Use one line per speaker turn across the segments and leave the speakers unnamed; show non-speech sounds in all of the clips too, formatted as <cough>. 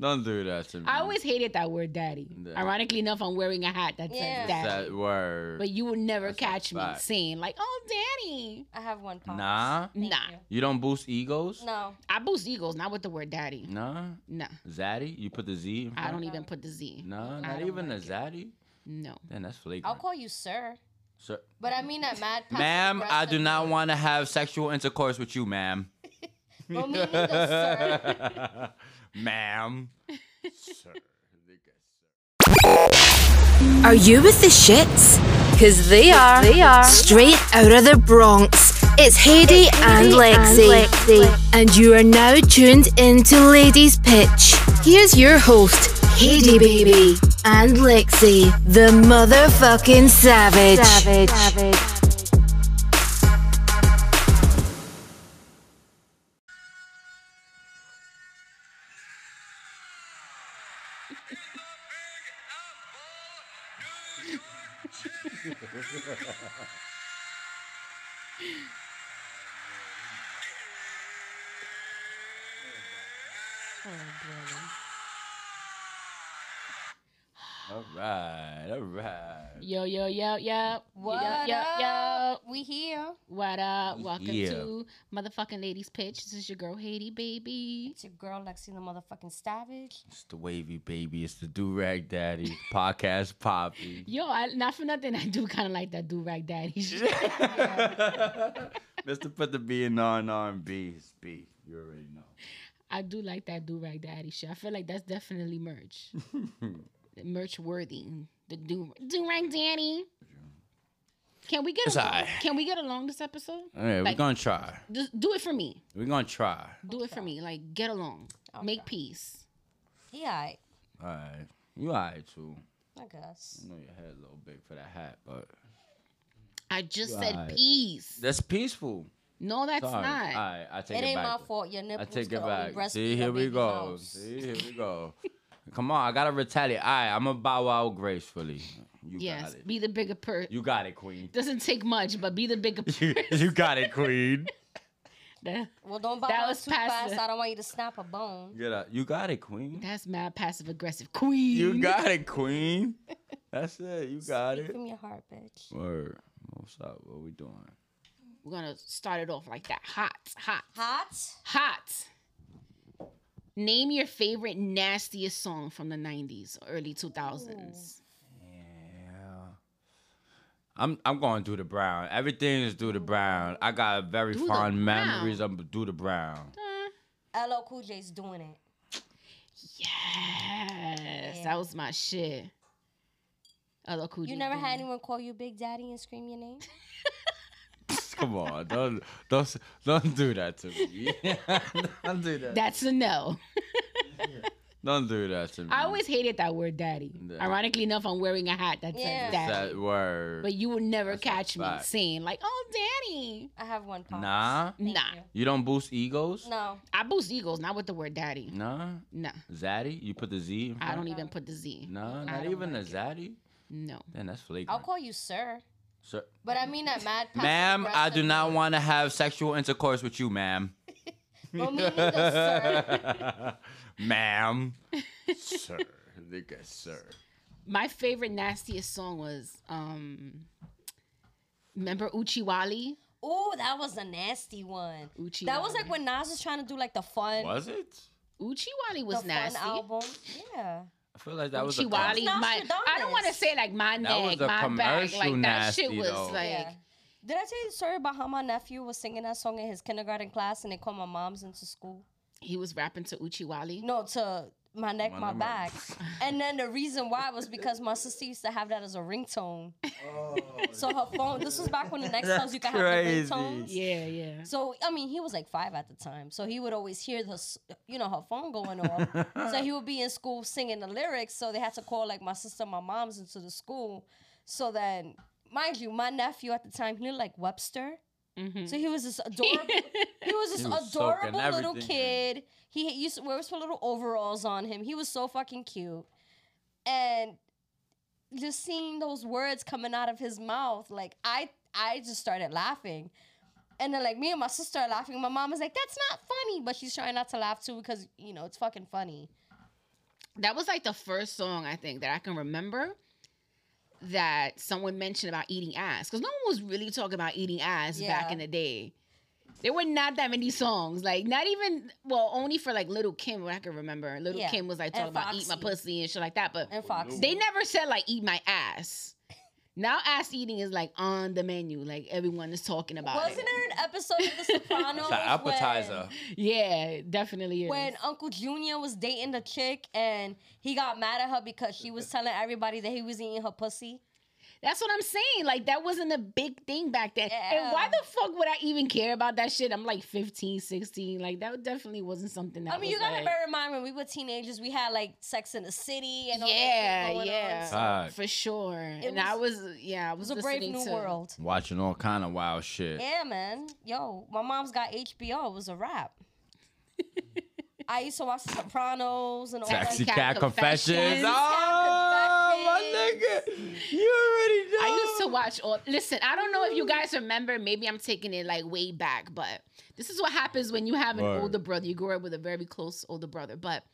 Don't do that to me.
I always hated that word daddy.
Yeah.
Ironically enough, I'm wearing a hat that says
Yeah.
daddy.
that word.
But you will never
That's a
catch me
fact.
saying like, "Oh, Danny."
I have one pop.
Nah,
Thank
Nah.
you.
you don't boost egos.
No.
I boost eagles, not with the word daddy.
Nah,
No,
zaddy. You put the Z. In
I
front?
don't even put the Z.
Nah,
I
not
don't
even
like
a
it.
zaddy.
No.
Then that's
I'll
flagrant.
call you sir.
Sir-
But I mean that mad passive
ma'am, I do
aggressive
not
way.
want to have sexual intercourse with you,
<laughs>
ma'am.
Well, me neither, sir.
<laughs> ma'am. sir.
Are you with the shits? Cause they are. They are. Straight out of the Bronx. It's Heidi and, Lexi. and you are now tuned into Ladies Pitch. Here's your host, Heidi Baby and Lexi, the motherfucking savage. Savage.
Oh,
All right, all right.
Yo, yo, yo, yo.
What
Yo, yo, yo.
up? We here.
What up? Welcome
Yeah.
to motherfucking ladies pitch. This is your girl Haiti, baby.
It's your girl Lexi the motherfucking Savage.
It's the wavy baby. It's the do rag
<laughs>
daddy. Podcast poppy.
Yo, I, not for nothing, I do kind of like that do
<laughs>
rag daddy. shit. <laughs>
Mr. Put the B in R and R and B is B. You already know.
I do like that do rag daddy shit. I feel like that's
<laughs>
definitely merch, merch worthy. The do do rag daddy. Can we get
It's
along?
alright.
Can we get along this episode?
All right,
Like-
we're gonna try.
Just do it for me.
We're gonna try.
Do it for me. Like get along. Make peace.
Yeah, I,
All right. You all right, too.
I guess.
I know your head a little big for that hat, but
I just
You
said
alright.
peace.
that's peaceful.
No, that's
Sorry. Ah,
not.
All right, I take it
it ain't
back.
my
then.
fault.
I
Your nipples
take it
could only
back.
breastfeed
See,
a
here we
baby
go.
mouse.
See, here we go. Come on, I gotta retaliate. All right, I'm gonna bow out gracefully. You
yes,
got it.
be the bigger per.
You got it, queen. <laughs>
Doesn't take much, but be the bigger.
you, you got it, queen.
That-
Well, don't buy
That
that
was
too
passive.
fast. I don't want you to snap a bone.
Get out. You got it, queen.
that's mad passive aggressive queen.
You got it, queen. That's it. You got
Speak
it.
from your heart, bitch.
Word. What's up? What we doing?
We're gonna start it off like that. Hot, hot,
Hot.
hot. Name your favorite nastiest song from the '90s, or early 2000s.
I'm I'm going through the brown. Everything is through the brown. I got very
Through the
fond
Brown.
memories of through the brown. <laughs>
Uh,
LL Cool J's doing it.
yes, that was my shit. LL Cool
You
J
never
did
had
it.
anyone call you Big Daddy and scream your name?
Come on, don't don't don't do that to me. <laughs> don't do that.
That's a no.
Don't do that to me.
I always hated that word, daddy.
Mm. Yeah.
Ironically enough, I'm wearing a hat that says
Yeah.
daddy.
that word.
But you will never
That's a
catch me
fact.
saying like, "Oh, Danny."
I have one pop.
Nah.
Thank
Nah.
you.
You don't boost egos.
No.
I boost eagles, not with the word daddy.
Nah.
No,
Zaddy. You put the Z. In front?
I don't even put the Z.
Nah,
I
not
don't
even
like
a zaddy.
No.
Then that's flagrant.
I'll call you sir.
Sir-
But I mean that mad passive
Ma'am, I do
aggressive
not
way.
want to have sexual intercourse with you, ma'am.
Oh,
Well, me neither,
<laughs>
sir.
<laughs>
ma'am. sir. Nigga, sir.
My favorite nastiest song was um remember Uchiwali?
Ooh, that was a nasty one.
Uchiwali.
That was like when Nas was trying to do like the fun,
Was it?
Uchiwali
the
was
fun
nasty.
album. Yeah.
I feel like that was a com-
Uchiwali,
That was
my I don't want to
Nostradamus.
say like my
That was
neck,
a
my back,
commercial
like that shit
nasty,
was
though.
like
yeah. Did I tell you the story about how my nephew was singing that song in his kindergarten class and they called my mom's into school?
he was rapping to Uchiwali.
No, to my neck,
My neck, my-
my,
<laughs>
back. and then the reason why was because my sister used to have that as a ringtone. so her phone, this was back when the next phones you could
Oh. crazy.
have the ringtones.
Yeah, yeah.
So I mean, he was like five at the time, so he would always hear the, s- you know, her phone going off. so he would be in school singing the lyrics. So they had to call like my sister, and my mom's into the school. So then, mind you, my nephew at the time he looked like Webster.
Mm-hmm. <laughs>
So he was this adorable. he was this
He was soaking
adorable little
everything
kid. He used to wear some little overalls on him. He was so fucking cute, and just seeing those words coming out of his mouth, like I, I just started laughing. And then like me and my sister are laughing. My mom is like, "That's not funny," but she's trying not to laugh too because you know it's fucking funny.
that was like the first song I think that I can remember that someone mentioned about eating ass because no one was really talking about eating ass back
Yeah.
in the day. There were not that many songs, like not even well, only for like Little Kim. What I can remember, Little
Yeah.
Kim was like talking
And
about eat my
Foxy.
pussy and shit like that. But
And Foxy.
they never said like eat my ass. Now ass eating is like on the menu, like everyone is talking about
Wasn't
it.
there an episode of The Sopranos?
It's an appetizer.
When,
Yeah, it definitely is.
when Uncle Junior was dating the chick and he got mad at her because she was telling everybody that he was eating her pussy.
That's what I'm saying. Like that wasn't a big thing back then. And why
Yeah.
the fuck would I even care about that shit? I'm like 15, 16. Like that definitely wasn't something that
I mean, you
was,
gotta
like-
bear in mind when we were teenagers, we had like Sex in the City and all that shit
Yeah,
going on,
yeah.
so
Fuck.
for sure. and
was-
I was yeah, I
it
was,
was a brave
listening
new
to-
world.
Watching all kind of wild shit.
Yeah, man. Yo, my mom's got HBO. It was
<laughs>
a wrap. I used to watch The Sopranos and all
Taxi
that.
Cat
Cat
Confessions.
Confessions.
Oh, my nigga. You already know.
I used to watch all listen, I don't know if you guys remember, maybe I'm taking it like way back, but this is what happens when you have an
Word.
older brother. You grow up with a very close older brother. But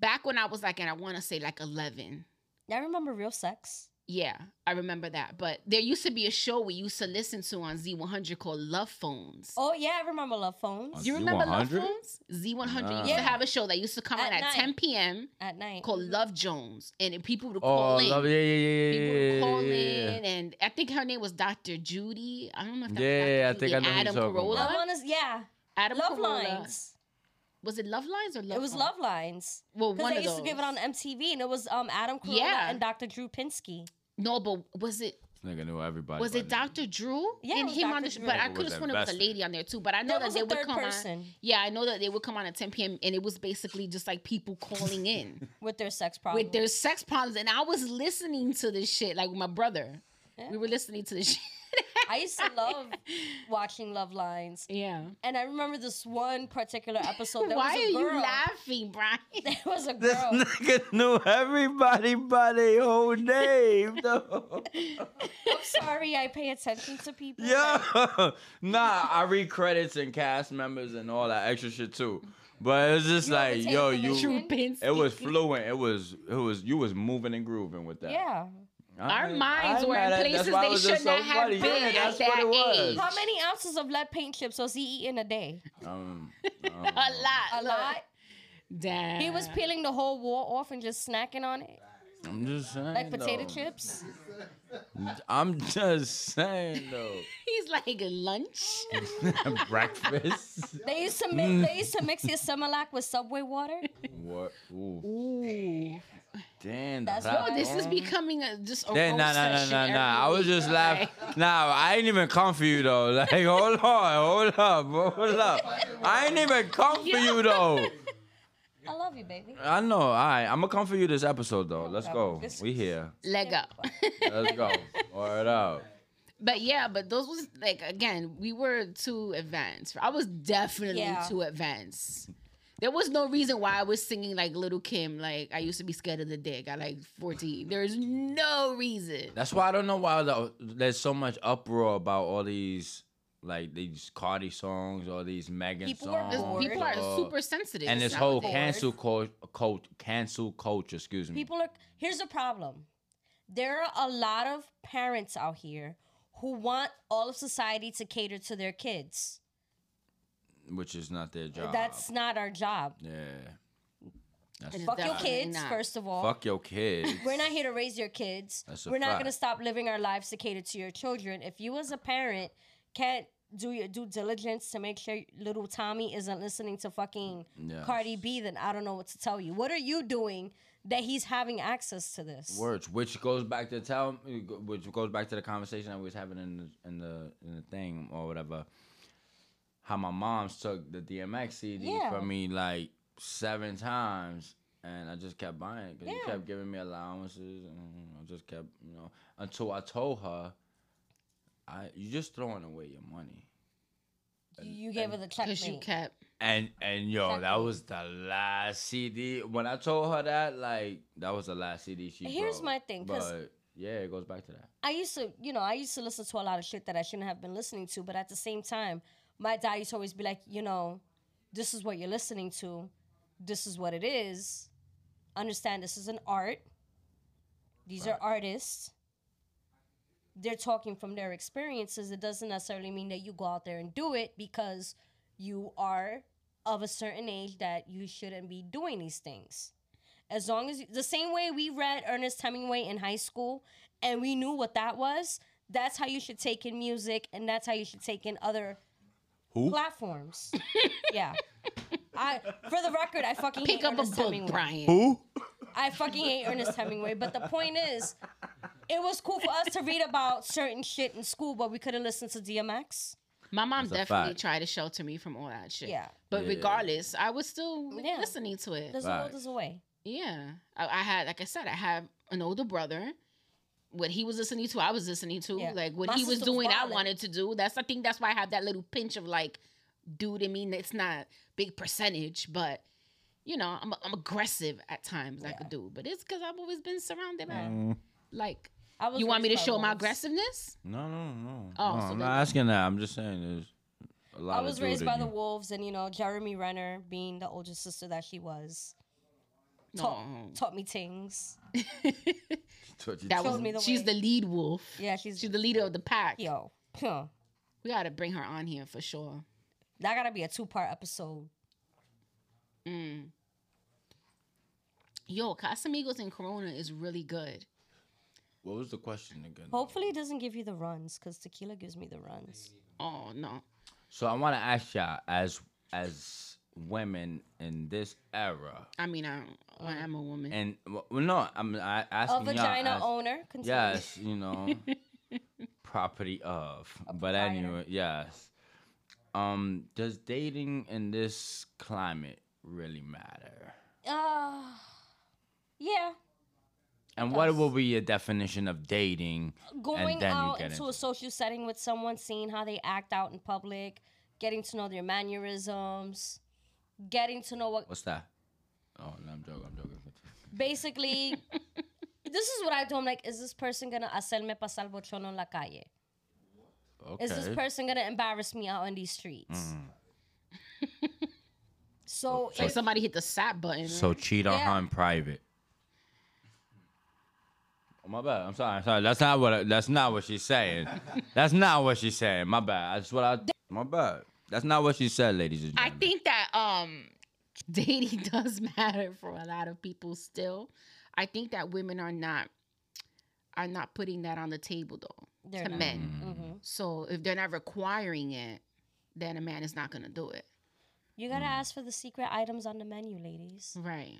back when I was like, and I wanna say like eleven,
Y'all remember Real Sex?
Yeah, I remember that. But there used to be a show we used to listen to on Z100 called Love Phones.
Oh, yeah, I remember Love Phones.
On
you remember Love
Z100?
Phones? Z100
Nah.
used to have a show that used to come
At
on at
night.
10 p.m.
At night.
called Love Jones, and it- people would
Mm-hmm. Oh,
call in.
love, yeah, yeah, yeah,
People
yeah,
would call
yeah, yeah, yeah.
in, and I think her name was Dr. Judy. I don't know if that
Yeah, I
was Dr.
think
Judy.
I know who you're
Adam
talking about.
Carolla.
I wanna, yeah.
Adam
Love
Carolla.
Lines.
Was it Love Lines or Love?
It was
Phones?
Love Lines.
Well,
Because
one
they
of
used
those.
to give it on MTV and it was um Adam Carolla
Yeah.
and Dr. Drew Pinsky.
No, but was it
Nigga knew everybody.
was
by
it
name.
Dr. Drew?
Yeah, it
and
was
him
Dr.
on the sh-
Drew.
but I
It
could
was
have sworn it was a
invested.
lady on there too. But I know
There
that
was
they
a
would
third
come on.
person
Yeah, I know that they would come on at 10 p.m. and it was basically just like people
<laughs>
calling in
with their sex problem.
with their sex problems. And I was listening to this shit, like with my brother. We were listening to this <laughs> shit.
I
<laughs>
used to love watching Love Lines.
yeah.
And I remember this one particular episode. There
Why
was a
are
girl.
you
<laughs>
laughing, Brian?
There was a
<laughs> This
girl.
nigga knew everybody by their whole name, though.
<laughs>
I'm sorry, I pay attention to people.
Yo, <laughs> nah, I read credits and cast members and all that extra shit too. But it's just
You
like,
overtake
yo,
the
you.
nation?
Trupinsky.
It was fluent. It was. It was. You was moving and grooving with that.
Yeah.
I
Our
ain't- I
minds
ain't
were
mad
in
at- that's
places
why it
they
was
should
just so
not have
funny.
been
Yeah,
at
that's what
that
it was.
age. <laughs>
How many ounces of lead paint chips was he eating a day?
Um,
<laughs> A lot.
A lot.
Damn.
He was peeling the whole wall off and just snacking on it
I'm just saying.
like potato
though.
chips.
I'm just saying
<laughs>
though.
<laughs>
<laughs>
He's like lunch.
Breakfast.
They used to mix. They used to mix your Similac with Subway water.
What? Ooh.
Ooh.
Damn.
That's
the
what
Oh, this is
platform.
becoming a, just a
Nah,
roast <laughs>
nah, nah,
session
nah, nah, nah. I
every
was
week.
just
Like,
laughing. Nah, I ain't even come for you though. <laughs> Like, hold on, hold up, hold up. I ain't even come for you though.
I love you, baby.
I know. All right, I'm gonna come for you this episode though. Let's go.
This-
We here.
Leg up. <laughs>
Let's go. Word up.
But yeah, but those was like again, we were too advanced. I was definitely
Yeah.
too advanced. There was no reason why I was singing like Little Kim. Like I used to be scared of the dick. I like fourteen. There's no reason.
That's why I don't know why the, there's so much uproar about all these like these Cardi songs, all these Megan
People
songs.
are
Because
bored.
people are
uh,
super sensitive.
and this
It's not
whole
what they-
cancel cult, cult, cancel culture. Excuse me.
People are. Here's the problem. There are a lot of parents out here who want all of society to cater to their kids.
which is not their job.
That's not our job.
yeah. That's
It is
Fuck your
Definitely
kids,
not.
first of all.
Fuck your
<laughs>
kids.
We're not here to raise your kids.
That's a
We're not going to
fact.
stop living our lives to cater to your children. If you, as a parent, can't do your due diligence to make sure little Tommy isn't listening to fucking
Yes.
Cardi B, then I don't know what to tell you. What are you doing that he's having access to this?
Words, which goes back to tell, which goes back to the conversation that we was having in the in the, in the thing or whatever. How my mom's took the DMX CD
Yeah.
from me like seven times, and I just kept buying it because
Yeah.
he kept giving me allowances, and I just kept, you know, until I told her, "I you just throwing away your money."
You, you gave her the checkmate.
Cause you kept.
And and yo, that
Exactly.
was the last CD. When I told her that, like, that was the last CD she.
Here's
broke.
my thing, 'cause-
but yeah, it goes back to that.
I used to, you know, I used to listen to a lot of shit that I shouldn't have been listening to, but at the same time, my dad used to always be like, you know, this is what you're listening to, this is what it is. understand this is an art. These are artists. They're talking from their experiences. It doesn't necessarily mean that you go out there and do it because you are of a certain age that you shouldn't be doing these things. As long as you, the same way we read Ernest Hemingway in high school and we knew what that was, that's how you should take in music and that's how you should take in other
Who?
platforms. yeah. I for the record, I fucking
Pick
hate
up a
Ernest
book,
Hemingway.
Brian.
Who?
I fucking hate Ernest Hemingway. But the point is, it was cool for us to read about certain shit in school, but we couldn't listen to DMX.
My mom
That's a
definitely
fact.
tried to shelter me from all that shit.
Yeah.
But
Yeah.
regardless, I was still
Yeah.
listening to it.
There's no
Facts.
there's a way.
Yeah. I, I had, like I said, I have an older brother. What he was listening to, I was listening to.
Yeah.
Like what
My
he was
sister was
doing, I
violent.
wanted to do. That's I think that's why I have that little pinch of like, dude. I mean, it's not big percentage, but you know, I'm I'm aggressive at times like a dude. But it's because I've always been surrounded by
Mm.
like.
I was
You want me to
raised by
show my
wolves.
aggressiveness?
No, no, no.
Oh,
no
so
I'm
then-
not asking that. I'm just saying there's a lot
I
of
was
dude
raised
in
by the
<laughs> you.
wolves, and you know Jeremy Renner, being the older sister that she was, taught,
No.
taught me things.
Touch your teeth.
That
Shows me the
was she's
way.
the lead wolf.
Yeah, she's
She's the leader of the pack.
yo. Huh.
We gotta bring her on here for sure.
That gotta be a two part episode.
Mm. Yo, Casamigos and Corona is really good.
What was the question again?
Hopefully, it doesn't give you the runs, cause tequila gives me the runs.
Oh no.
So I want to ask y'all, as as women in this era,
I mean, I, I am a woman.
and well, no, I'm I, asking
A
y'all.
vagina
as-
owner. Continue.
Yes, you
<laughs>
know, property of. But
proprietor.
anyway, yes. Um, does dating in this climate really matter?
Uh, yeah.
And what will be your definition of dating?
going
then you
out
get
into
into
a social setting with someone, seeing how they act out in public, getting to know their mannerisms, getting to know what
What's that? Oh no, I'm joking. I'm joking. <laughs>
basically this is what I do. I'm like, is this person gonna hacerme pasar bochón en la calle?
Okay.
Is this person gonna embarrass me out in these streets?
Mm-hmm.
<laughs> so
like
if-
somebody hit the sap button.
So cheat on her
Yeah.
in private. Oh, my bad. I'm sorry. I'm sorry. That's not what. I, that's not what she's
<laughs>
saying. that's not what she's saying. My bad. That's what I. My bad. That's not what she said, ladies and
I
gentlemen.
think that um dating <laughs> does matter for a lot of people still. I think that women are not are not putting that on the table though
They're
to
not.
men.
Mm-hmm.
Mhm.
So if they're not requiring it, then a man is not gonna do it.
you gotta
Mm-hmm.
ask for the secret items on the menu, ladies.
Right.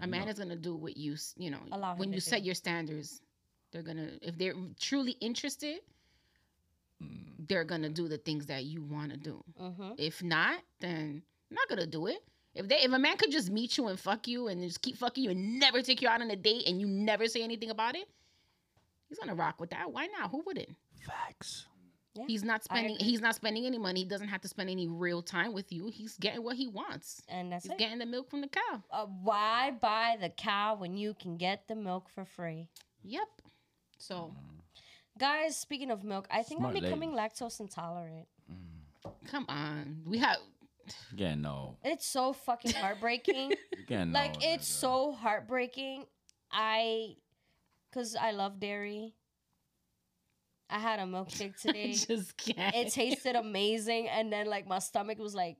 A man is gonna do what you s- you know
Allow him
when
to
you
do.
set your standards. They're gonna if they're truly interested, they're gonna do the things that you want to do.
hmm
If not, then I'm not gonna do it. If they if a man could just meet you and fuck you and just keep fucking you and never take you out on a date and you never say anything about it, he's gonna rock with that. Why not? Who wouldn't?
Facts.
He's not
I
spending
agree.
he's not spending any money. He doesn't have to spend any real time with you. He's getting what he wants.
And that's
He's
it.
getting the milk from the cow.
uh, why buy the cow when you can get the milk for free?
Yep.
Oh.
Mm.
So
Guys, speaking of milk, I think
Smart
I'm becoming lactose intolerant.
come on. We have <laughs>
Yeah, no.
It's so fucking heartbreaking.
You can't know.
like it's so heartbreaking. I cuz I love dairy. I had a milkshake
I <laughs>
today.
just can't.
it tasted amazing and then like my stomach was like,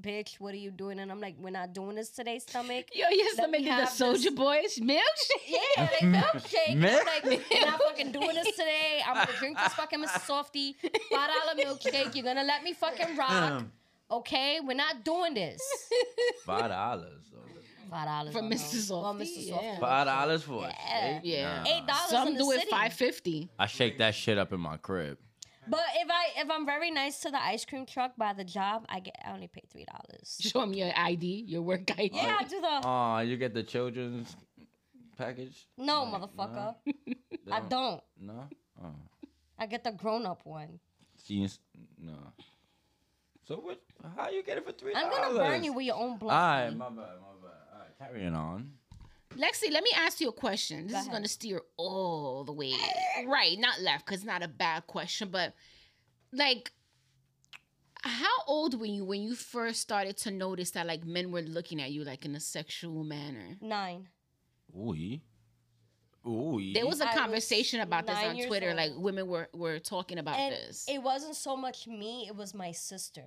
"Bitch, what are you doing?" And I'm like, "We're not doing this
<laughs>
today, stomach."
Yo, your
Let me
stomach is the
have this-
soldier boys milkshake.
Yeah, like milkshake. And I'm like,
Milk-
we're not fucking doing this today. I'm gonna drink this fucking Mr. Softy five dollar milkshake. You're gonna let me fucking rock, okay? We're not doing this.
<laughs>
five dollars. though.
Five dollars
For
on
Mr.
those- on
Softy,
Mr.
yeah.
Softy.
Five dollars for a
Yeah.
shake?
Yeah.
Nah.
Eight dollars.
Some
in the
do it
city.
five fifty.
I shake that shit up in my crib.
But if I if I'm very nice to the ice cream truck by the job, I get I only pay three dollars.
Show him your ID, your work ID.
Yeah, I do the
um,
Oh, you get the children's package?
no motherfucker. I don't.
No. Oh.
I get the grown up one.
Jeans. No. So what? How you get it for three
I'm
dollars?
gonna burn you with your own
All right,
blood.
my bad, my bad. All right, carrying on.
Lexi, let me ask you a question. This is going to steer all the way right, not left, because not a bad question, but like, How old were you when you first started to notice that like men were looking at you like in a sexual manner?
Nine.
Ooh. Ooh.
There was a
I was
conversation about this
nine
on
years
Twitter.
old.
Like women were were talking about
And
this.
it wasn't so much me, it was my sister.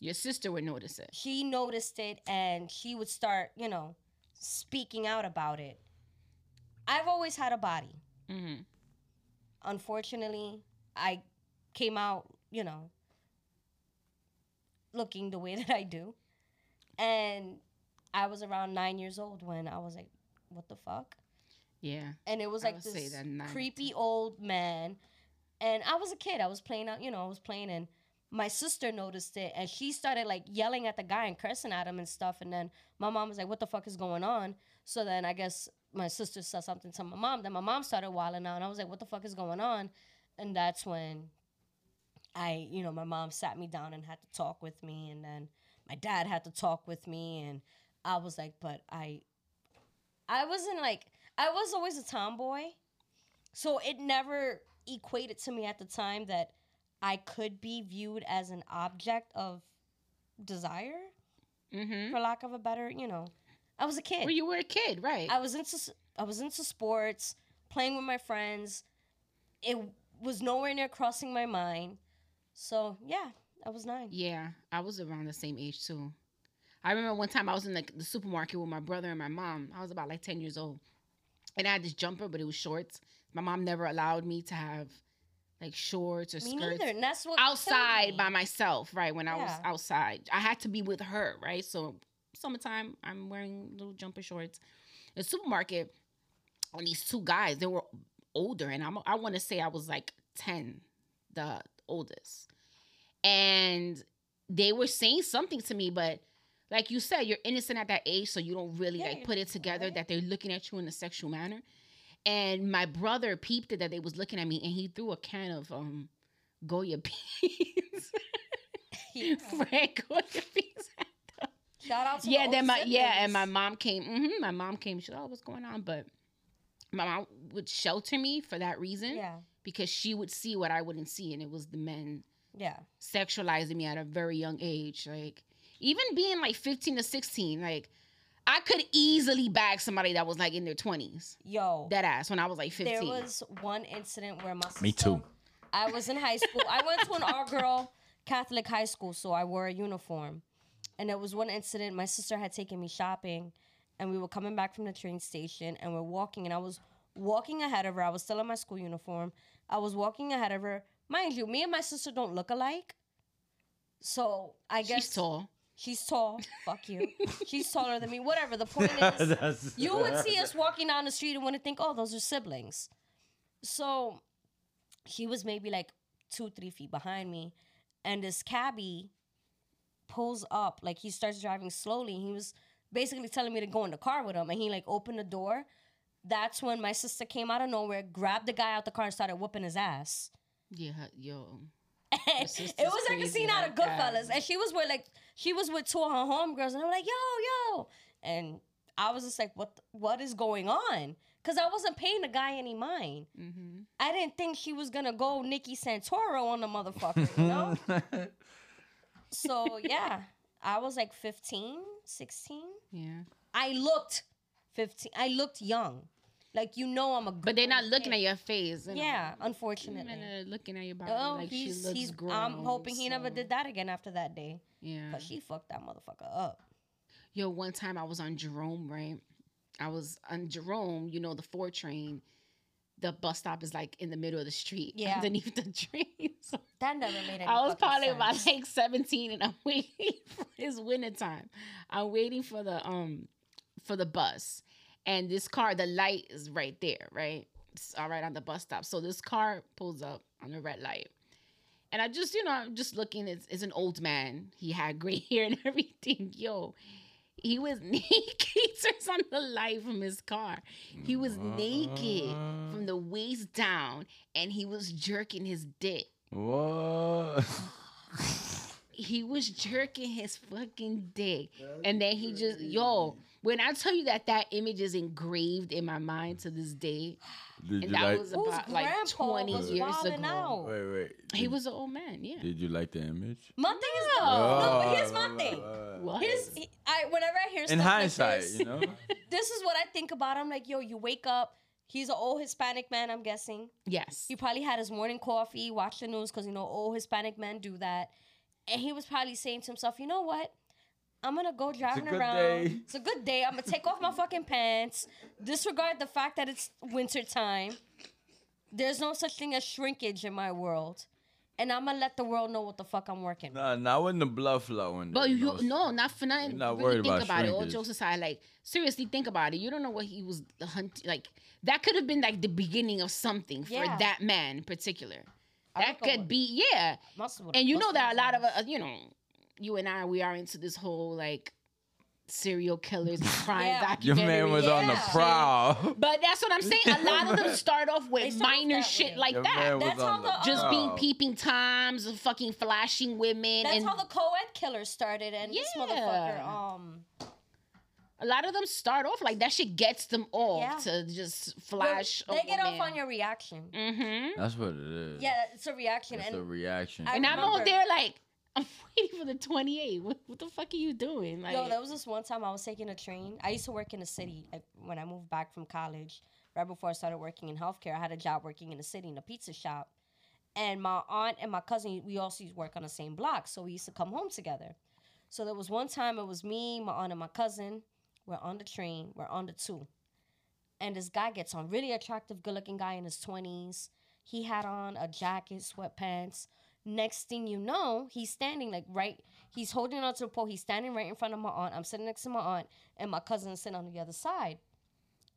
Your sister would notice it.
She noticed it and she would start, you know, speaking out about it. I've always had a body. Mm-hmm.
Mhm.
Unfortunately, I came out, you know, looking the way <laughs> that I do. And I was around nine years old when I was like, what the fuck?
Yeah.
and it was
I
like
would say
this
that nine out of
creepy old man. And I was a kid. I was playing out, you know, I was playing, and my sister noticed it, and she started like yelling at the guy and cursing at him and stuff. And then my mom was like, "What the fuck is going on?" So then I guess my sister said something to my mom. Then my mom started wilding out, and I was like, "What the fuck is going on?" And that's when I, you know, my mom sat me down and had to talk with me, and then my dad had to talk with me, and I was like, "But I, I wasn't like I was always a tomboy, so it never equated to me at the time that I could be viewed as an object of desire,
Mm-hmm.
for lack of a better, you know. I was a kid.
Well, you were a kid, right?
I was into s- I was into sports, playing with my friends. It was nowhere near crossing my mind. So yeah, I was nine.
Yeah, I was around the same age too. I remember one time I was in the, the supermarket with my brother and my mom. I was about like 10 years old. And I had this jumper, but it was shorts. My mom never allowed me to have like shorts or
Me
skirts
neither. And that's what killed
outside
me.
by myself, right? When I was
Yeah.
outside, I had to be with her, right? So, summertime, I'm wearing little jumper shorts. The supermarket, and these two guys, they were older, and I'm, I want to say I was like 10, the oldest. And they were saying something to me, but like you said, you're innocent at that age, so you don't really
Yeah,
like
you're
put it together
right.
that they're looking at you in a sexual manner. And my brother peeped it that they was looking at me, and he threw a can of um Goya <laughs> beans.
Yeah.
Frank Goya beans.
<laughs> Shout out to
yeah,
the
then
old
my yeah,
siblings.
and my mom came. hmm my mom came. She thought what's going on, but my mom would shelter me for that reason
yeah
because she would see what I wouldn't see, and it was the men
yeah
sexualizing me at a very young age. Like even being like fifteen to sixteen, like I could easily bag somebody that was like in their twenties.
yo
Dead ass when I was like
There
fifteen.
was one incident where my sister,
Me too. <laughs>
I was in high school. I went to an all girl <laughs> Catholic high school, so I wore a uniform. And there was one incident. My sister had taken me shopping, and we were coming back from the train station, and we're walking, and I was walking ahead of her. I was still in my school uniform. I was walking ahead of her. Mind you, me and my sister don't look alike, so I guess
She's tall.
She's tall.
<laughs>
Fuck you. she's taller than me. Whatever.
<laughs>
The point is, you would see us walking down the street and wouldn't think, oh, those are siblings. So she was maybe like two, three feet behind me. And this cabbie pulls up, like he starts driving slowly. He was basically telling me to go in the car with him. And he like opened the door. That's when my sister came out of nowhere, grabbed the guy out the car, and started whooping his ass.
Yeah, yo.
And
sister's
<laughs> it was like a
crazy
scene out
like
of
that.
Goodfellas, and she was with like she was with two of her homegirls, and they were like, "Yo, yo," and I was just like, "What? the- What is going on?" Because I wasn't paying the guy any mind.
hmm
I didn't think she was gonna go Nikki Santoro on the motherfucker, you know.
<laughs>
<laughs>
so yeah, I was like 15, 16.
Yeah.
I looked 15. I looked young, like you know, I'm a.
But they're not looking at your face. you know.
Yeah,
Women
unfortunately.
are looking at your body
Oh,
like she
he's
looks
he's.
grown.
I'm hoping he never
so-
did that again after that day.
Yeah.
Cause she
Mm-hmm.
fucked that motherfucker up.
Yo, one time I was on Jerome, right? I was on Jerome, you know, the four train. The bus stop is like in the middle of the street, <laughs>
Yeah.
underneath the train. So
That never made any.
I was
fucking
probably
sense.
about like 17 and I'm <laughs> waiting for it's winter time. I'm waiting for the um for the bus. And this car, the light is right there, right? It's all right on the bus stop. So this car pulls up on the red light. And I just, you know, I'm just looking. It's, it's an old man. He had <laughs> gray hair and everything. Yo, he was <laughs> naked. He turns on the light from his car. He was naked from the waist <laughs> down and he was jerking his dick
What?
he was jerking his fucking dick, and then he just yo. When I tell you that that image is engraved in my mind to this day,
Did
and
you
that
like?
was
Whose
about like
grandpa
20
was
years
wilding
ago.
out?
Wait, wait.
He was an old man, yeah.
Mm. Did you like the image?
My thing is no. no, but here's my thing.
What?
Here's I whenever I hear
In
stuff like
hindsight,
this,
you
<laughs>
know.
this is what I think about. I'm like, yo, you wake up. He's an old Hispanic man, I'm guessing.
yes.
He probably had his morning coffee, watched the news, because you know old Hispanic men do that. And he was probably saying to himself, you know what? I'm gonna go driving
good
around.
day.
It's a good day. I'm gonna take off my fucking pants. Disregard the fact that it's winter time. There's no such thing as shrinkage in my world. And I'm gonna let the world know what the fuck I'm working. with.
Nah, not when the blood flowing.
But
you
you no, not for nothing.
You're not
really
worried
think
about
about it. All
shrinkage.
jokes aside, like seriously, think about it. You don't know what he was hunting. Like that could have been like the beginning of something for
Yeah.
that man in particular.
I
That
would go
could
with-
be yeah.
Must-
And you know
must-
that a lot of us, you know, you and I, we are into this whole like serial
<laughs>
killers and crime
Yeah.
<laughs> Your
documentary.
man was on the
Yeah.
prowl.
But that's what I'm saying. A lot of
<laughs>
them start off
They
with
start off
minor
that
shit
way.
<laughs> like
Your
that.
man was
That's
on
how the-
Just being
prowl.
peeping toms, and fucking flashing women,
That's
and
how the co-ed killer started, and this
Yeah.
motherfucker. Um,
a lot of them start off like that. Shit gets them off
Yeah.
to just flash.
they get off on your reaction.
Mm-hmm.
That's what it is.
Yeah, it's a reaction,
It's a
and
reaction.
I
And I'm
<laughs>
all <laughs>
remember-
there like, I'm waiting for the 28. What, what the fuck are you doing? Like,
Yo, there was this one time I was taking a train. I used to work in the city like, when I moved back from college. Right before I started working in healthcare, I had a job working in the city in a pizza shop. And my aunt and my cousin, we also used to work on the same block. So we used to come home together. So there was one time it was me, my aunt, and my cousin. We're on the train, we're on the two. And this guy gets on, really attractive, good looking guy in his 20s. He had on a jacket, sweatpants. Next thing you know, he's standing like right, he's holding onto the pole. He's standing right in front of my aunt. I'm sitting next to my aunt, and my cousin's sitting on the other side.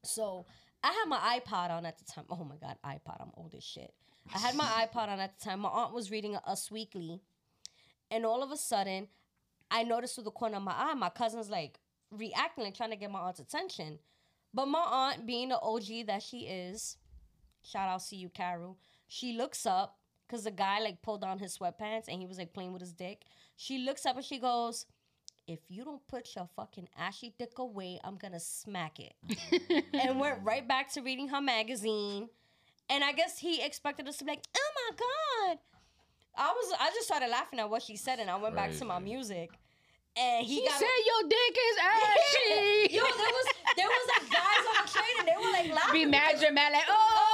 So I had my iPod on at the time. Oh my God, iPod, I'm old as shit. I had my iPod on at the time. My aunt was reading Us Weekly, and all of a sudden, I noticed through the corner of my eye, my cousin's like reacting, like trying to get my aunt's attention. But my aunt, being the OG that she is, shout out to you, Carol. She looks up because the guy like pulled down his sweatpants and he was like playing with his dick. She looks up and she goes, "If you don't put your fucking ashy dick away, I'm gonna smack it." and went right back to reading her magazine. And I guess he expected us to be like, "Oh my god." I was I just started laughing at what she said and I went back to my
Crazy.
music. And he,
he
got
said your dick
<laughs>
is ashy.
Yo, there was there was like guys on the train and they were like
<laughs>
laughing.
Be
<laughs>
mad,
because-
dramatic. Oh!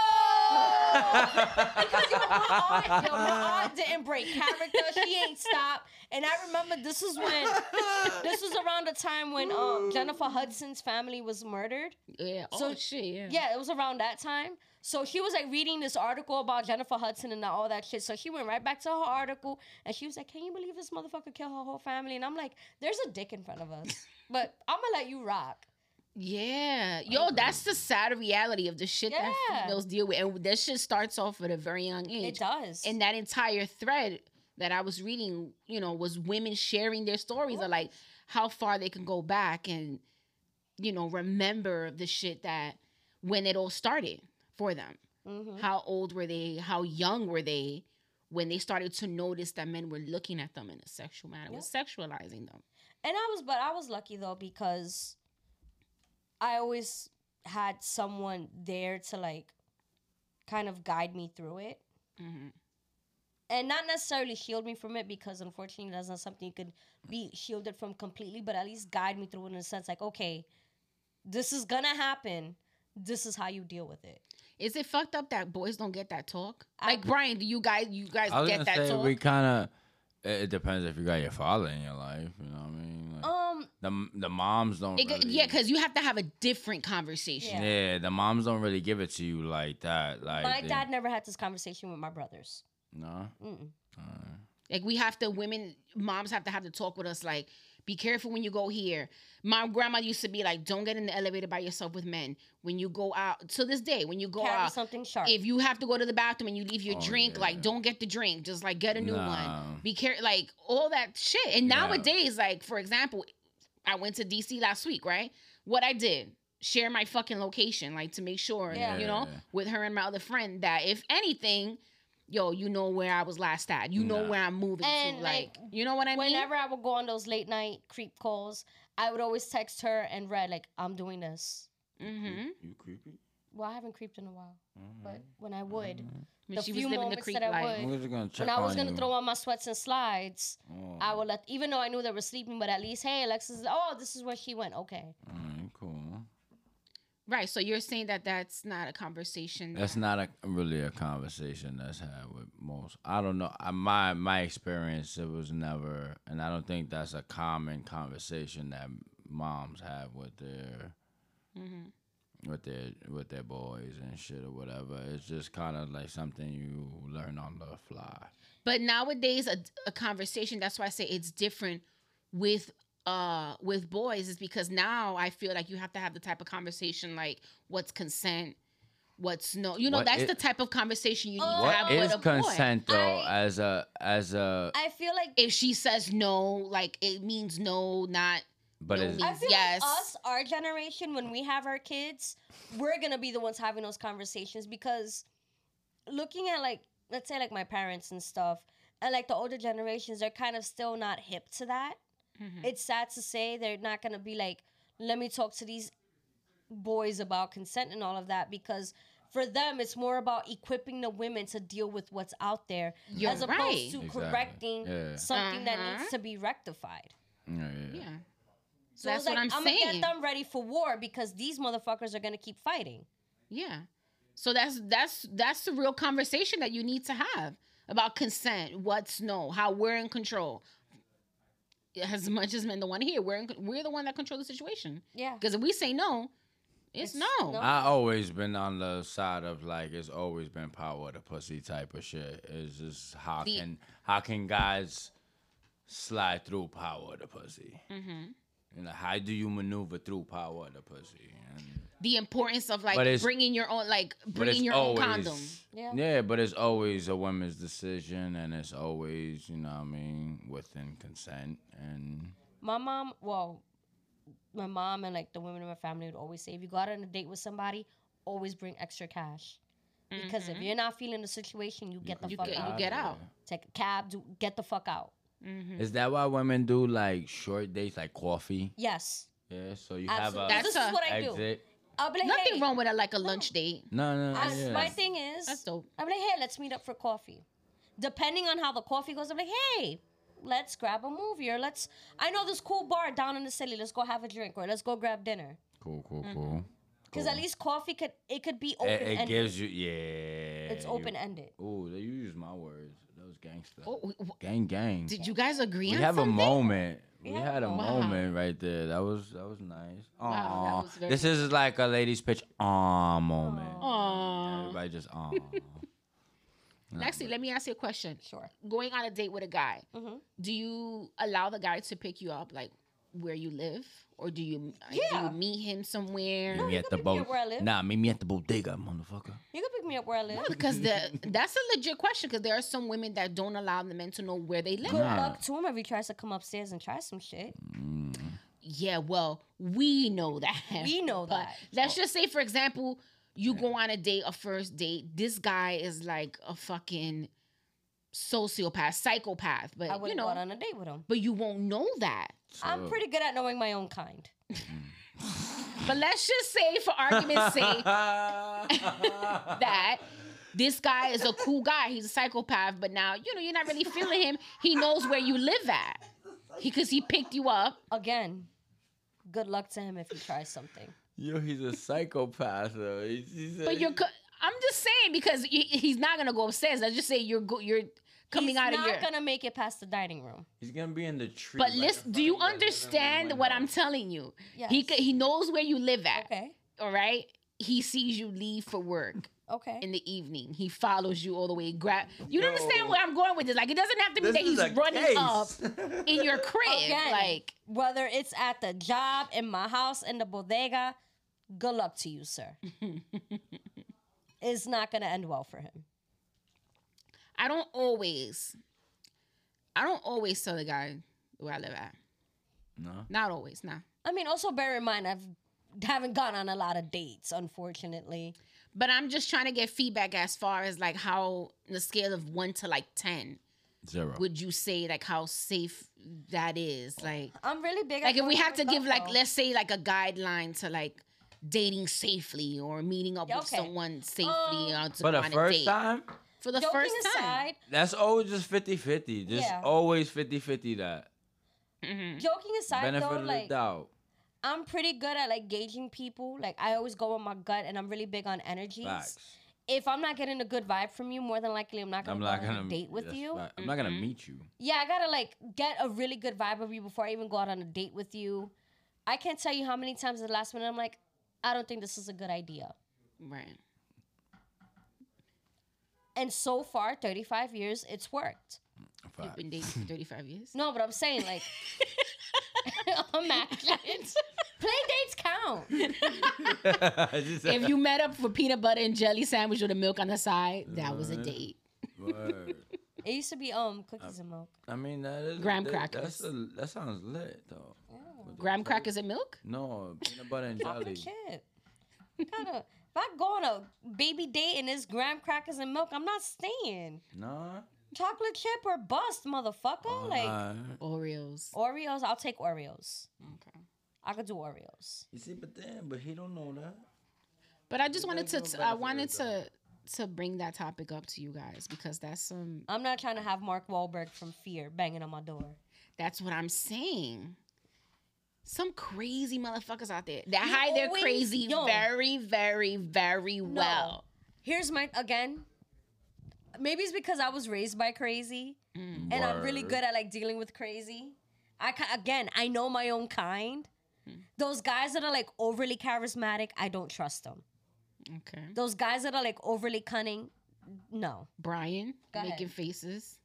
Like, oh.
because yo, my aunt, yo, my aunt didn't break character. She ain't stop. And I remember this is when this was around the time when um, Jennifer Hudson's family was murdered.
Yeah.
So-
oh shit. Yeah.
Yeah, it was around that time. So she was like reading this article about Jennifer Hudson and all that shit. So she went right back to her article and she was like, Can you believe this motherfucker killed her whole family? And I'm like, There's a dick in front of us.
<laughs>
But I'm gonna let you rock.
Yeah. Yo, that's the sad reality of the shit
Yeah.
that females deal with. And that shit starts off at a very young age.
It does.
And that entire thread that I was reading, you know, was women sharing their stories of like how far they can go back and, you know, remember the shit that when it all started for them.
Mhm.
How old were they? How young were they when they started to notice that men were looking at them in a sexual manner, was sexualizing them?
And I was, but I was lucky though because I always had someone there to like kind of guide me through it
hmm
and not necessarily shield me from it because unfortunately that's not something you could be shielded from completely, but at least guide me through it in a sense like, okay, this is gonna happen. This is how you deal with it.
Is it fucked up that boys don't get that talk?
I-
like Brian, do you guys you guys
I was
get
gonna
that
say
talk?
we kind of. It, it depends if you got your father in your life. You know what I mean? Like,
Um,
the the moms don't.
Oh. It,
really,
yeah, because you have to have a different conversation.
Yeah.
yeah, the moms don't really give it to you like that. Like
my
they-
dad never had this conversation with my brothers.
No.
Mm-mm.
Alright.
Like we have to, women, moms have to have to talk with us. Like, be careful when you go here. My grandma used to be like, don't get in the elevator by yourself with men. When you go out, to this day, when you go
Carry
out,
something sharp.
if you have to go to the bathroom and you leave your
Oh,
drink,
yeah.
like don't get the drink. Just like get a new
Nah.
one. Be careful, like all that shit. And
Yeah.
nowadays, like for example, I went to DC last week, right? What I did, share my fucking location, like to make sure,
Yeah.
you know,
Yeah.
with her and my other friend that if anything, yo, you know where I was last at. You know
Nah.
where I'm moving
And,
to. Like,
like,
you know what I mean?
Whenever I would go on those late night creep calls, I would always text her and read like, "I'm doing this."
mm-hmm.
You creepy. Mm-hmm.
Well, I haven't creeped in a while,
Mm.
but when I would,
When
the
she was
few
living the
moments
creep
that I
life.
I'm
would-
just gonna check
when I was
on
gonna
you.
throw on my sweats and slides,
Oh,
I would let, even though I knew they were sleeping, but at least, hey, Alexis, oh, this is where she went. Okay,
alright, cool.
Right. So you're saying that that's not a conversation.
That's
that-
not a, really a conversation that's had with most. I don't know. I, my my experience, it was never, and I don't think that's a common conversation that moms have with their
Mhm.
with their with their boys and shit or whatever. It's just kind of like something you learn on the fly.
But nowadays, a, a conversation. That's why I say it's different with uh with boys. Is because now I feel like you have to have the type of conversation like what's consent, what's no. You know,
What
that's
i-
the type of conversation you need to have
What
with
is
a boy.
consent though?
I-
as a as a
I feel like
If she says no, like it means no, not
but
no
it's,
means-
I feel
Yes.
like us, our generation, when we have our kids, we're gonna be the ones having those conversations because looking at like let's say like my parents and stuff, and like the older generations, they're kind of still not hip to that.
Mhm.
It's sad to say they're not gonna be like, let me talk to these boys about consent and all of that because for them it's more about equipping the women to deal with what's out there
You're
as opposed
right.
to
Exactly.
correcting
Yeah.
something that
Uh-huh.
needs to be rectified.
yeah, yeah.
yeah.
So
That's
it's like,
what I'm saying.
gonna get them ready for war because these motherfuckers are gonna keep fighting.
Yeah. So that's that's that's the real conversation that you need to have about consent, what's no, how we're in control. As much as men the one here, we're in, we're the one that control the situation.
Yeah.
Because if we say no, it's,
It's
no.
no.
I always been on the side of like it's always been power to pussy type of shit. It's just how
The-
can how can guys slide through power to pussy? Mm-hmm. You know how do you maneuver through power to pussy? And,
The importance of like
But it's-
bringing your own like
but it's
bringing your
always
own condom.
Yeah.
yeah, but it's always a woman's decision, and it's always you know what I mean within consent and.
My mom, well, my mom and like the women in my family would always say, if you go out on a date with somebody, always bring extra cash. Because
Mm-hmm.
if you're not feeling the situation, you get the
You
fuck
get
out.
you get out.
Take a cab, do, get the fuck out.
Mm-hmm.
Is that why women do like short dates, like coffee?
Yes.
Yeah, so you
Absolutely.
have
That's
this
a-
is what
a
I do.
exit.
I'll be like,
Nothing
hey,
wrong with a, like a lunch date.
No, no, no.
I-
yeah.
my thing is,
That's dope.
I'm like, hey, let's meet up for coffee. Depending on how the coffee goes, I'm like, hey, let's grab a movie or let's. I know this cool bar down in the city. Let's go have a drink or let's go grab dinner.
Cool, cool, cool.
Because at
Cool.
least coffee could it could be Mm-hmm. open
It, it
ended.
gives you, yeah.
it's open ended.
Oh, they use my words. Those gangster.
Oh, w- w-
Gang, gang.
did you guys agree
we
on
have
something?
a moment. We
Yeah.
had a
Wow.
moment right there. That was that was nice. Aww.
Wow, that was very
this is like a ladies' pitch. Aw moment.
Aw.
Everybody just
<laughs>
aw.
Lexi, let me ask you a question.
Sure.
Going on a date with a guy,
Mhm.
do you allow the guy to pick you up, like where you live, or do you like, do
Yeah.
you meet him somewhere?
Meet me
you
at
could
the
pick me
boat.
up where I live.
Nah, meet me at the bodega, motherfucker.
You can pick me up where I live.
<laughs> Because the that's a legit question. Because there are some women that don't allow the men to know where they live.
Good luck to him if he tries to come upstairs and try some shit.
Yeah, well, we know that.
We know
<laughs> But
that.
let's just say, for example, you go on a date, a first date. This guy is like a fucking sociopath, psychopath.
I
But you
wouldn't
know,
go out on a date with him.
but you won't know that. <laughs>
I'm pretty good at knowing my own kind.
But let's just say, for
<laughs>
<laughs>
argument's sake, that this guy is a cool guy. He's a psychopath, but now you know you're not really feeling him. He knows where you live at because he picked you up.
Again, good luck to him if he tries something.
Yo, he's a psychopath though. He's, he's a,
But you're, co- I'm just saying because he- he's not gonna go upstairs. Let's just say you're go- you're coming
He's
out of
not
your.
gonna make it past the dining room.
he's gonna be in the tree.
but
right
listen,
in
do
front
you
of guys.
understand what I'm telling you? He
Yes.
c- he knows where you live at.
Okay.
All right. He sees you leave for work.
Okay.
in the evening. He follows you all the way. Grab. You don't understand where I'm going with this. Like it doesn't have to be that he's running
<laughs>
up in your crib.
Again.
Like
Whether it's at the job, in my house, in the bodega, good luck to
<laughs>
you, sir. it's not gonna end well for him.
I don't always. I don't always tell the guy where I live at.
No.
Not always. Nah.
I mean, also bear in mind I've haven't gone on a lot of dates, unfortunately.
But I'm just trying to get feedback as far as like how the scale of one to like ten
Zero.
would you say like how safe that is? Like
I'm really big.
like
at
if we
going
have to
myself,
give like
though.
let's say like a guideline to like dating safely or meeting up with
Okay.
someone safely
Um,
or to
For
go
the
on a
first
date.
time,
For the
Joking
first time.
aside,
that's always just 50 50. Just
Yeah.
always 50 50 that.
Mhm.
joking aside,
Benefit
though,
of the
like
doubt.
I'm pretty good at like gauging people. Like I always go with my gut, and I'm really big on energies.
Facts.
If I'm not getting a good vibe from you, more than likely I'm not gonna,
I'm
go
not
on a
gonna
date with
that's
you. Mm-hmm.
fact. I'm not gonna
Mhm.
meet you.
Yeah, I gotta like get a really good vibe of you before I even go out on a date with you. I can't tell you how many times at the last minute I'm like, I don't think this is a good idea.
Right.
And so far, 35 years, it's worked.
You've
Facts.
been dating for 35 years.
No, but I'm saying like, <laughs> I'm actually <laughs>
<laughs>
play dates count.
<laughs> She
<laughs>
said-
if you met up for peanut butter and jelly sandwich with a milk on the side, that was a
Uh,
date.
Word.
It used to be um cookies and milk.
I mean, that is
Graham
that,
crackers.
That's a, that sounds lit though. With the
Graham
jelly-
crackers and milk?
No, peanut butter and
I'm a
jelly.
kid. Gotta, if I go on a baby date and it's graham crackers and milk, I'm not staying.
Nah.
Chocolate chip or bust, motherfucker. like
Alright.
Oreos.
Oreos, I'll take Oreos.
Okay.
I could do Oreos.
you see, but then, but he don't know that.
But I just wanted
There's
to
no
I
benefit
wanted
of
to to bring that topic up to you guys because that's some
I'm not trying to have Mark Wahlberg from Fear banging on my door.
that's what I'm saying. Some crazy motherfuckers out there that
You
hide their
always-
crazy
yo.
very, very, very well.
Here's my again. Maybe it's because I was raised by crazy, and I'm really
Word.
good at like dealing with crazy. I ca- again, I know my own kind.
Hmm.
Those guys that are like overly charismatic, I don't trust them.
Okay.
Those guys that are like overly cunning, no.
Brian
Go ahead.
making faces.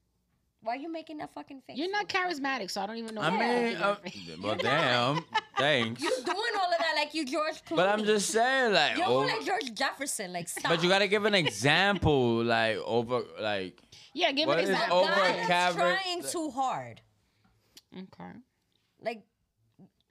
Why are you making that fucking face?
You're not charismatic, so I don't even know.
I
why
mean,
you're making
<laughs>
that face.
uh, well, damn, thanks.
doing all of that like you George Clooney.
But I'm just saying, like,
You're more
over,
like George Jefferson. Like stop.
but you gotta give an example, like, over, like,
yeah, give
what
an
is
example.
over
God is
charis-
trying too hard.
okay.
Like,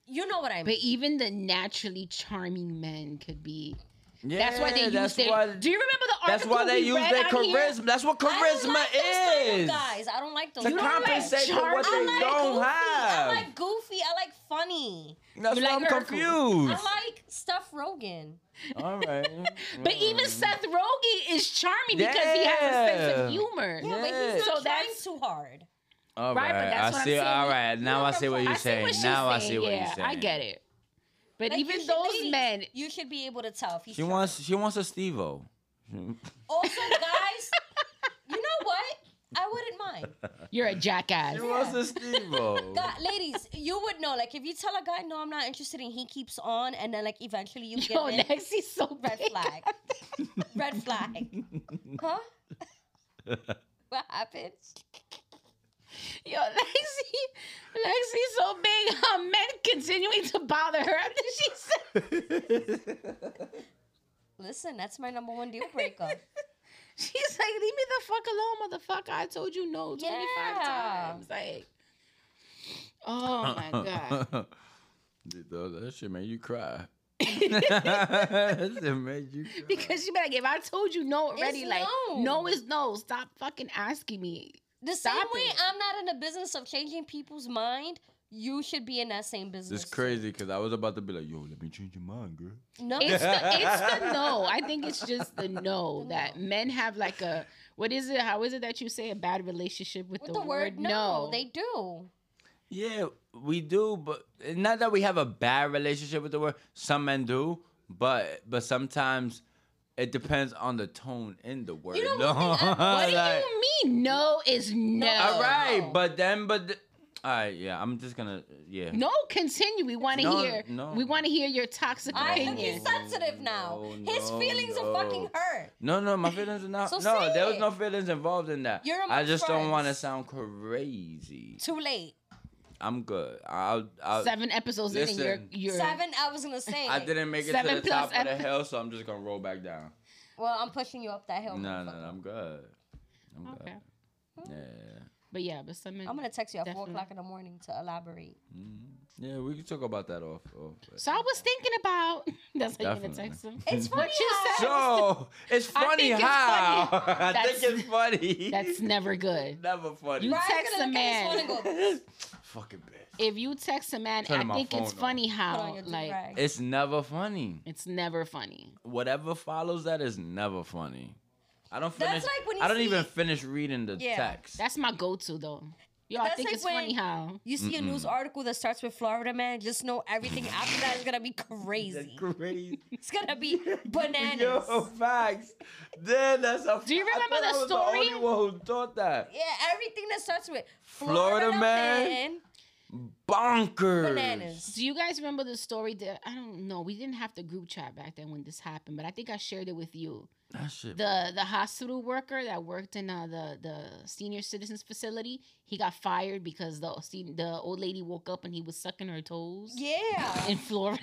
you know what I mean.
But even the naturally charming men could be.
yeah,
that's why they use
that's
their.
why,
do you remember the
that's
article
why they
we
use
read
their
on here?
charisma. That's what
I don't
charisma
like those type of
is.
Guys, I don't like those.
To
type of guys.
compensate for what
charm.
they
I like
don't
goofy.
have.
I like goofy. I like funny.
that's
You
why
like
I'm
Urkel.
confused.
I like Steph Rogan.
All right.
<laughs> But even Seth Rogen is charming because he has a sense of
Yeah.
humor.
Yeah, but
Yeah.
he's not
So
trying
that's-
too hard.
All right,
Right, but that's what
I
I'm
see.
saying.
All right, now I
what
see
I'm
what you're
I see
saying.
what she's
now I
saying.
see what
yeah,
you're saying.
I get it. But
Like, you
even
should-
those
ladies,
men,
you should be able to tell if he's
She
trying.
wants. She wants a Stevo.
Also,
<laughs>
guys, you know what? I wouldn't mind.
you're a jackass.
She wants a Stevo.
God, ladies, you would know. Like, if you tell a guy, no, I'm not interested, and he keeps on, and then, like, eventually
<laughs> <laughs>
you
Yo,
get in,
Lexi's so
red
big.
flag. red flag. Huh? what happened?
<laughs> Yo, Lexi, Lexi's so big. Her men continuing to bother her after she said
Listen, that's my number one deal breaker.
she's like, leave me the fuck alone, motherfucker. I told you no 25
Yeah.
times. Like,
Uh,
oh my god.
<laughs> Dude, though, that shit made you cry. <laughs> that shit made you cry.
<laughs> Because she be like, if I told you no already, like
no.
no. is no. Stop fucking
<laughs>
asking me.
The
Stop
same way
it.
I'm not in the business of changing people's mind, you should be in that same business.
It's crazy because I was about to be like, yo, let me change your mind, girl.
No,
It's the it's the no. I think it's just the
<laughs>
no that men have like a what is it? How is it that you say a bad relationship with,
with the, word no, they do.
Yeah, we do, but not that we have a bad relationship with the word. Some men do, but but sometimes it depends on the tone in the word. <laughs>
know what
No,
what do
like-
you mean? No is no.
All right,
No.
but then, but th- all right, yeah. I'm just gonna, yeah.
No, continue. We want to
No,
hear.
no.
We want to hear your toxic
I
No,
think
opinion.
he's sensitive now.
no,
His feelings
no.
are fucking hurt.
No, no, my feelings are not.
So say
no, there was
it.
no feelings involved in that.
You're
I
amongst
just don't want to
friends.
sound crazy.
Too late.
I'm good. I'll. I'll
Seven episodes in, and you're
Uh, Listen.
you're
Seven, I was gonna say.
I didn't make it to
Seven
the
plus
top of the
epi-
hill, so I'm just gonna roll back down.
Well, I'm pushing you up that hill.
No, no,
motherfucker.
no, I'm good. I'm
Okay.
good. Yeah.
But yeah, but some.
I'm gonna text you at
Definitely.
four o'clock in the morning to elaborate.
Yeah, we can talk about that off. off.
So I was thinking about. <laughs> That's how you're gonna
Definitely.
text him.
It's funny.
What you
how-
said?
So it's
I
funny
think it's
how
funny.
<laughs> I think
That's-
it's funny.
That's
<laughs>
never
<laughs>
good.
never funny.
You
Brian's
text a
gonna look at his
man.
phone
<laughs>
and go,
Fucking bitch.
If you text a man,
Turning
I
my
think it's
phone
funny
"Put
how
on your
like
do-rag."
It's never funny.
it's never funny.
Whatever follows that is never funny. I don't
That's
finish.
like when you
I don't
see-
even finish reading the
Yeah.
text.
That's my go-to though. Yo, I
That's
think
like
it's funny
when-
how.
You see a news article that starts with Florida man, just know everything after that is gonna be crazy.
crazy.
It's gonna
<laughs>
be bananas.
Yo, facts. Then that's a.
Do you
I
remember
thought
the
I was
story?
The only one who thought that.
Yeah, everything that starts with
Florida man. Bonkers.
bananas.
Do you guys remember the story that I don't know? We didn't have the group chat back then when this happened, but I think I shared it with you.
That shit.
The the hospital worker that worked in uh, the the senior citizens facility, he got fired because the sen- the old lady woke up and he was sucking her toes
Yeah.
in Florida.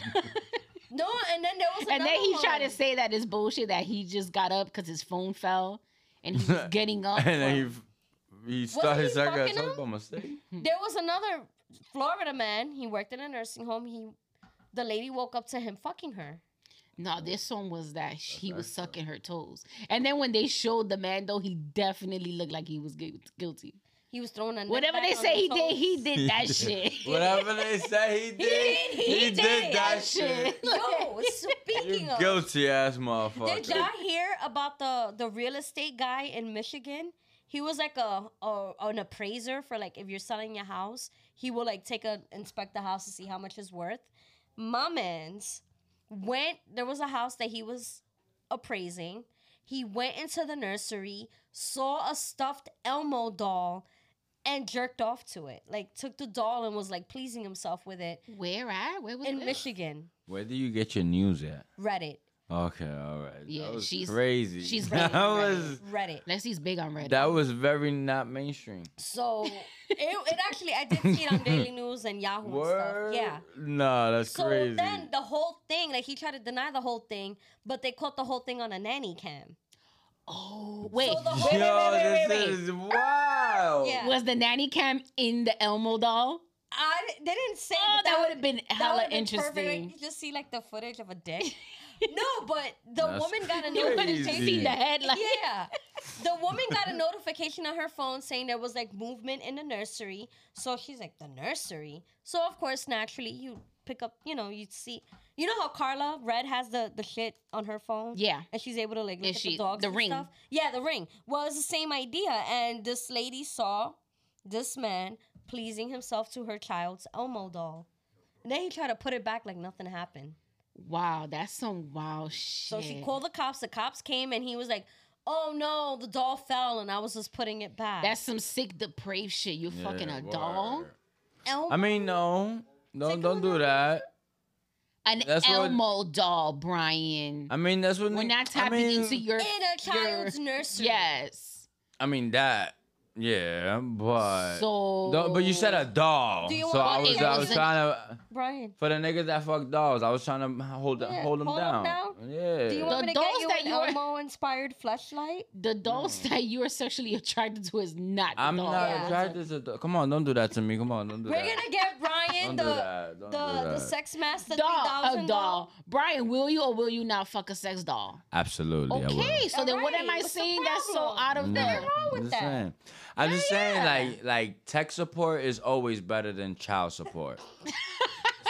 No, and then there was
<laughs> and then
another
he tried to
one.
say that it's bullshit that he just got up because his phone fell and
<laughs>
he was getting up.
<laughs> and then he
from-
f- he started
he
sucking
fucking
himself
him?
by mistake.
There was another Florida man. He worked in a nursing home. He, the lady woke up to him fucking her.
No, this one was that sh- he was sucking her toes. And then when they showed the man, though, he definitely looked like he was gu- guilty.
He was throwing a neck
Whatever
back
they
on
say
his
he did,
toes.
he
<laughs>
did that shit.
Whatever they say he did,
did- <laughs> he did
that
that
<laughs>
shit. <laughs>
Yo, speaking
You
of,
guilty ass
did y'all
motherfucker.
hear about the the real estate guy in Michigan? He was like a, a an appraiser for like if you're selling your house, he will like take a inspect the house to see how much it's worth. My man's went. There was a house that he was appraising. He went into the nursery, saw a stuffed Elmo doll, and jerked off to it. Like took the doll and was like pleasing himself with it
Where at? Where was
in
this?
Michigan.
Where do you get your news at?
Reddit.
Okay, all right.
Yeah,
that was
she's-
crazy. <laughs>
she's
that
ready, ready.
was
Reddit.
Leslie's big on Reddit.
that was very not mainstream.
So it, it actually I did see it on Daily News and Yahoo
Word.
and stuff. Yeah.
No, that's
So
crazy.
then the whole thing, like he tried to deny the whole thing, but they caught the whole thing on a nanny cam.
oh,
<laughs>
wait.
So the
Yo,
whole- Wait, wait,
this
wait, wait, wait, wait.
is wow.
Yeah.
was the nanny cam in the Elmo doll?
I they didn't say
Oh,
but
that would have been
that would've
hella
been perfect, like,
interesting.
you just see like the footage of a <laughs> dick. no, but the
That's
woman
<laughs>
got a
You
<laughs> You
would've
would
Crazy. just
have
notification.
just seen the headline. <laughs>
Yeah. The woman got a notification on her phone saying there was like movement in the nursery. So she's like, the nursery? So of course, naturally, you pick up, you know, you see. You know how Carla Red has the, the shit on her phone?
Yeah.
And she's able to like look
And
at
she-
the dogs.
the
and
ring.
Stuff. Yeah, the ring. Well, it's the same idea. And this lady saw this man pleasing himself to her child's Elmo doll. And then he tried to put it back like nothing happened.
Wow, that's some wild shit.
So she called the cops. The cops came and he was like, "Oh no, the doll fell and I was just putting it back."
That's some sick, depraved shit. You
Yeah,
fucking a doll?
word.
Elmo.
I mean, no, no,
Take a
don't
look
do
at
that.
An
That's what-
Elmo doll, Brian.
I mean, that's what
We're
nigg-
not
I
tapping
mean,
into your
in a child's
your-
nursery.
Yes.
I mean that. Yeah, but
so.
Though- but you said a doll,
Do you
so I
want-
was
It
I was
wasn't-
trying to
Brian.
for the niggas that fuck dolls. I was trying to hold
Yeah,
hold them
hold 'em
down.
down.
Yeah.
Do you want
The
me to get
dolls
you
that
an
you were-
Elmo inspired flashlight?
the dolls that you are sexually attracted to is not.
Hmm. I'm
the doll.
not
Yeah.
attracted to. doll- Come on, don't do that to me. Come on, don't do
We're
that. <laughs>
gonna get Brian
Don't
the
do that. Don't
the,
do that.
the sex master
doll, a
3000
doll. Brian, will you or will you not fuck a sex doll?
Absolutely. I will. Mm-hmm.
Okay, so then what am
Alright,
I
what's the
saying that's so
problem?
out of there?
wrong with
Just
that?
saying. I'm just saying,
yeah.
like, like tech support is always better than child support.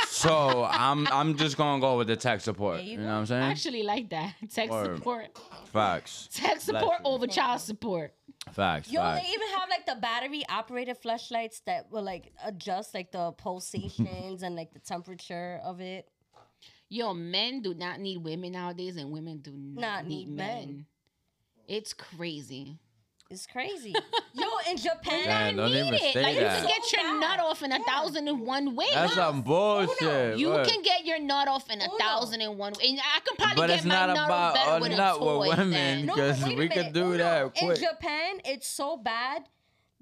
so I'm, I'm just gonna go with the tech support. You,
you
know what I'm saying?
I actually like that. <laughs> Tech
Word.
support.
facts,
Tech support
you.
over child support.
facts,
Yo,
facts.
they even have like the battery operated flashlights that will like adjust like the pulsations and like the temperature of it.
Yo, men do not need women nowadays, and women do not,
Not
need
need
men.
men.
It's crazy.
<laughs>
It's crazy. Yo, in Japan,
Damn, don't even
Need it.
say
Like you
that.
can get
So
your
bad.
nut off in a thousand and one ways.
That's some bullshit.
You
word.
can get your nut off in a
Uno.
thousand and one. And I could probably
But
get
it's
my
not
nut
about
off better
a
with
nut
a
with
toy
women.
than-
No,
because
wait a
we could
minute.
do
Uno,
that quick.
In Japan, it's so bad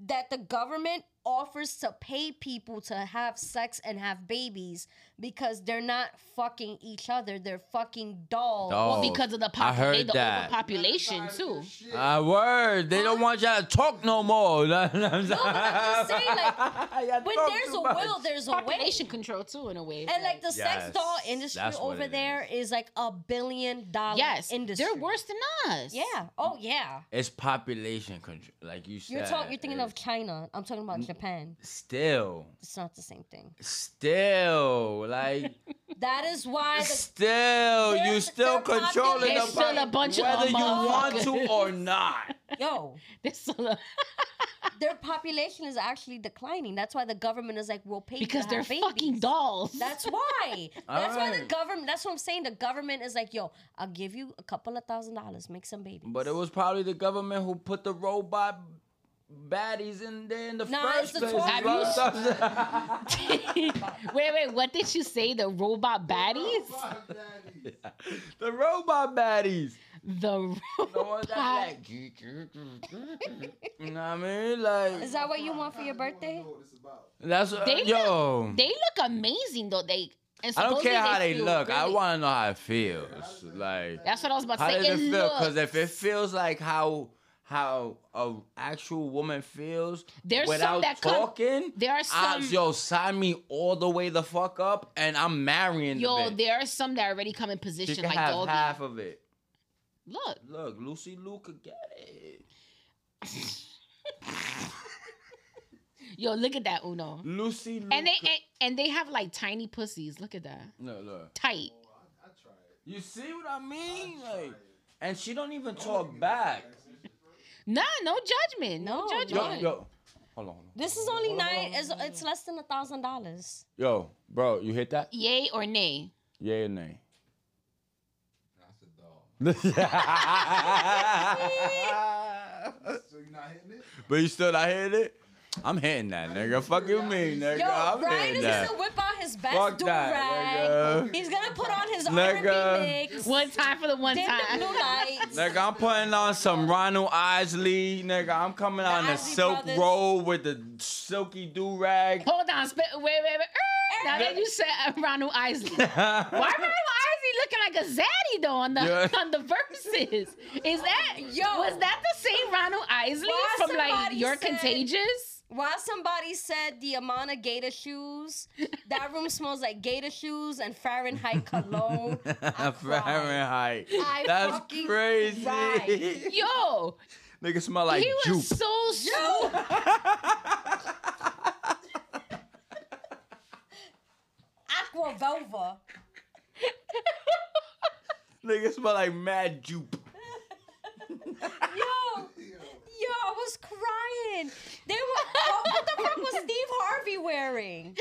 that the government offers to pay people to have sex and have babies because they're not fucking each other. They're fucking dolls.
Well,
Dog.
because of the,
Oh, I
pop- they-
heard
the
that.
overpopulation too.
Ah, word. They don't want y'all to talk no more. <laughs> no, but I'm
No, but I'm just saying,
<laughs>
like, when there's a will, there's a way.
Population control too, in a way.
And like the sex
Yes,
doll industry
that's what
over
it
there is like a billion dollar
yes,
industry.
they're worse than us.
Yeah.
<laughs>
Oh yeah.
it's population control, like you said.
You're talking. You're thinking of
it's
China. I'm talking
Mm.
about Japan.
still,
It's not the same thing.
still,
<laughs>
like
That is
<laughs>
why the
still, you
There's-
still
they're
controlling
There's
the
still
population.
a
population,
bunch
whether
of
you want to
<laughs>
or not.
yo,
There's still a-
their population is actually declining. That's why the government is like, we'll pay you
because
to
they're
have
fucking <laughs>
babies.
dolls.
That's why.
All
That's why the
right.
government. That's what I'm saying. The government is like, yo, I'll give you a couple of thousand dollars, make some babies.
But it was probably the government who put the robot baddies in there in the
Nah,
first
it's the
place.
Have
bro. <laughs>
you-
Stop-
<laughs> wait, wait, what did you say? The robot baddies?
the robot baddies.
The
The ones
robot.
that like, you know what I mean? Like
is that what you want for your birthday?
that's uh,
They
yo.
They look amazing though. They and
I don't
supposedly
care how they
feel
look. I
really-
want to know how it feels. Like
That's what I was about to
how
say.
does it feel?
looks-
Because if it feels like how how a actual woman feels
There's some
without
that come-
talking,
there are
odds,
some-
yo sign me all the way the fuck up, and I'm marrying. the
yo,
bitch.
there are some that already come in
she
position
can
like
have
doggy.
half of it.
Look,
Look, Lucy Lou could get it.
yo, look at that Uno.
Lucy Lou.
And they
could-
and, and they have like tiny pussies. Look at that,
look, look.
tight.
You see what I mean? Like, and she don't even talk back.
Nah, no judgment. No,
No,
Yo,
judgment.
yo, hold on, hold on.
This is only nine. It's, it's less than a thousand dollars.
Yo, bro, you hit that?
Yay or nay?
Yeah or nay?
That's a
<laughs>
dog. <laughs>
but
So you're not hitting it?
you still not hitting it? I'm hitting that, nigga. Fuck you mean, nigga.
Yo,
I'm
Brian
hitting
is
that.
gonna whip out his best
Fuck
do
that,
rag.
nigga.
He's gonna put on his
Nigga.
R&B mix.
One time for the one
Dim the
time.
blue lights.
Nigga, I'm putting on some Ronald Isley, nigga. I'm coming on the
Isley
silk
Brothers.
roll with the silky do rag.
Hold on, sp- wait, wait, wait. Er, now that you said uh, Ronald
<laughs>
Isley, why Ronald Isley looking like a zaddy though on the
Yeah.
on the verses? Is that
Yo.
Was that the same Ronald Isley
Why
from like
somebody
You're
said-
Contagious?
While somebody said the amount of gator shoes, that room smells like gator shoes and Fahrenheit cologne. I cried.
Fahrenheit.
I
<laughs> That's
fucking
crazy.
cried.
Yo,
<laughs> nigga smell like
he
juke.
was so stupid.
<laughs> Aqua Velva.
nigga smell like mad jupe. <laughs>
Yo, yo, I was crying. They were. Oh, what the fuck was Steve Harvey wearing?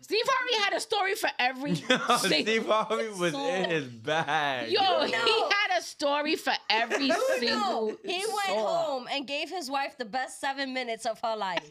Steve Harvey had a story for
<laughs>
every
Steve
single.
Harvey was in his bag.
Yo, he
No.
had a story for every single.
No, he went home and gave his wife the best seven minutes of her life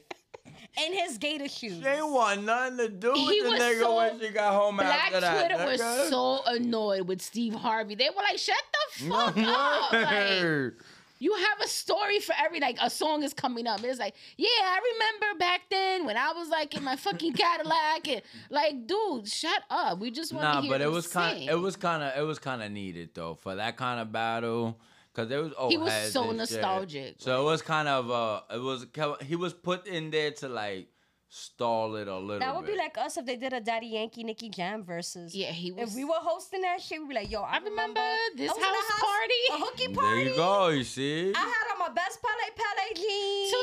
in his gator shoes.
They want nothing to do with
He
the
was
nigga
so-
when she got home
Black
after that.
Twitter was
nigga. <laughs>
so annoyed with Steve Harvey. They were like, "Shut the
<laughs>
fuck up!" Like, you have a story for every like a song is coming up. It's like, yeah, I remember back then when I was like in my fucking Cadillac and like, dude, shut up. We just want to
nah,
hear
but it
him
was kind.
sing.
It was kind of. It was kind of needed though for that kind of battle. Cause it was old
He was
heads
so
and shit.
nostalgic.
So it was kind of uh, it was he was put in there to like stall it a little.
That would
bit.
be like us if they did a Daddy Yankee Nicky Jam versus.
Yeah, he was.
If we were hosting that shit, we'd be like, yo, I,
I remember this
I was in a
house party.
A hookie
There
party.
you go. You see.
I had on my best Pele Pele jeans.
2003.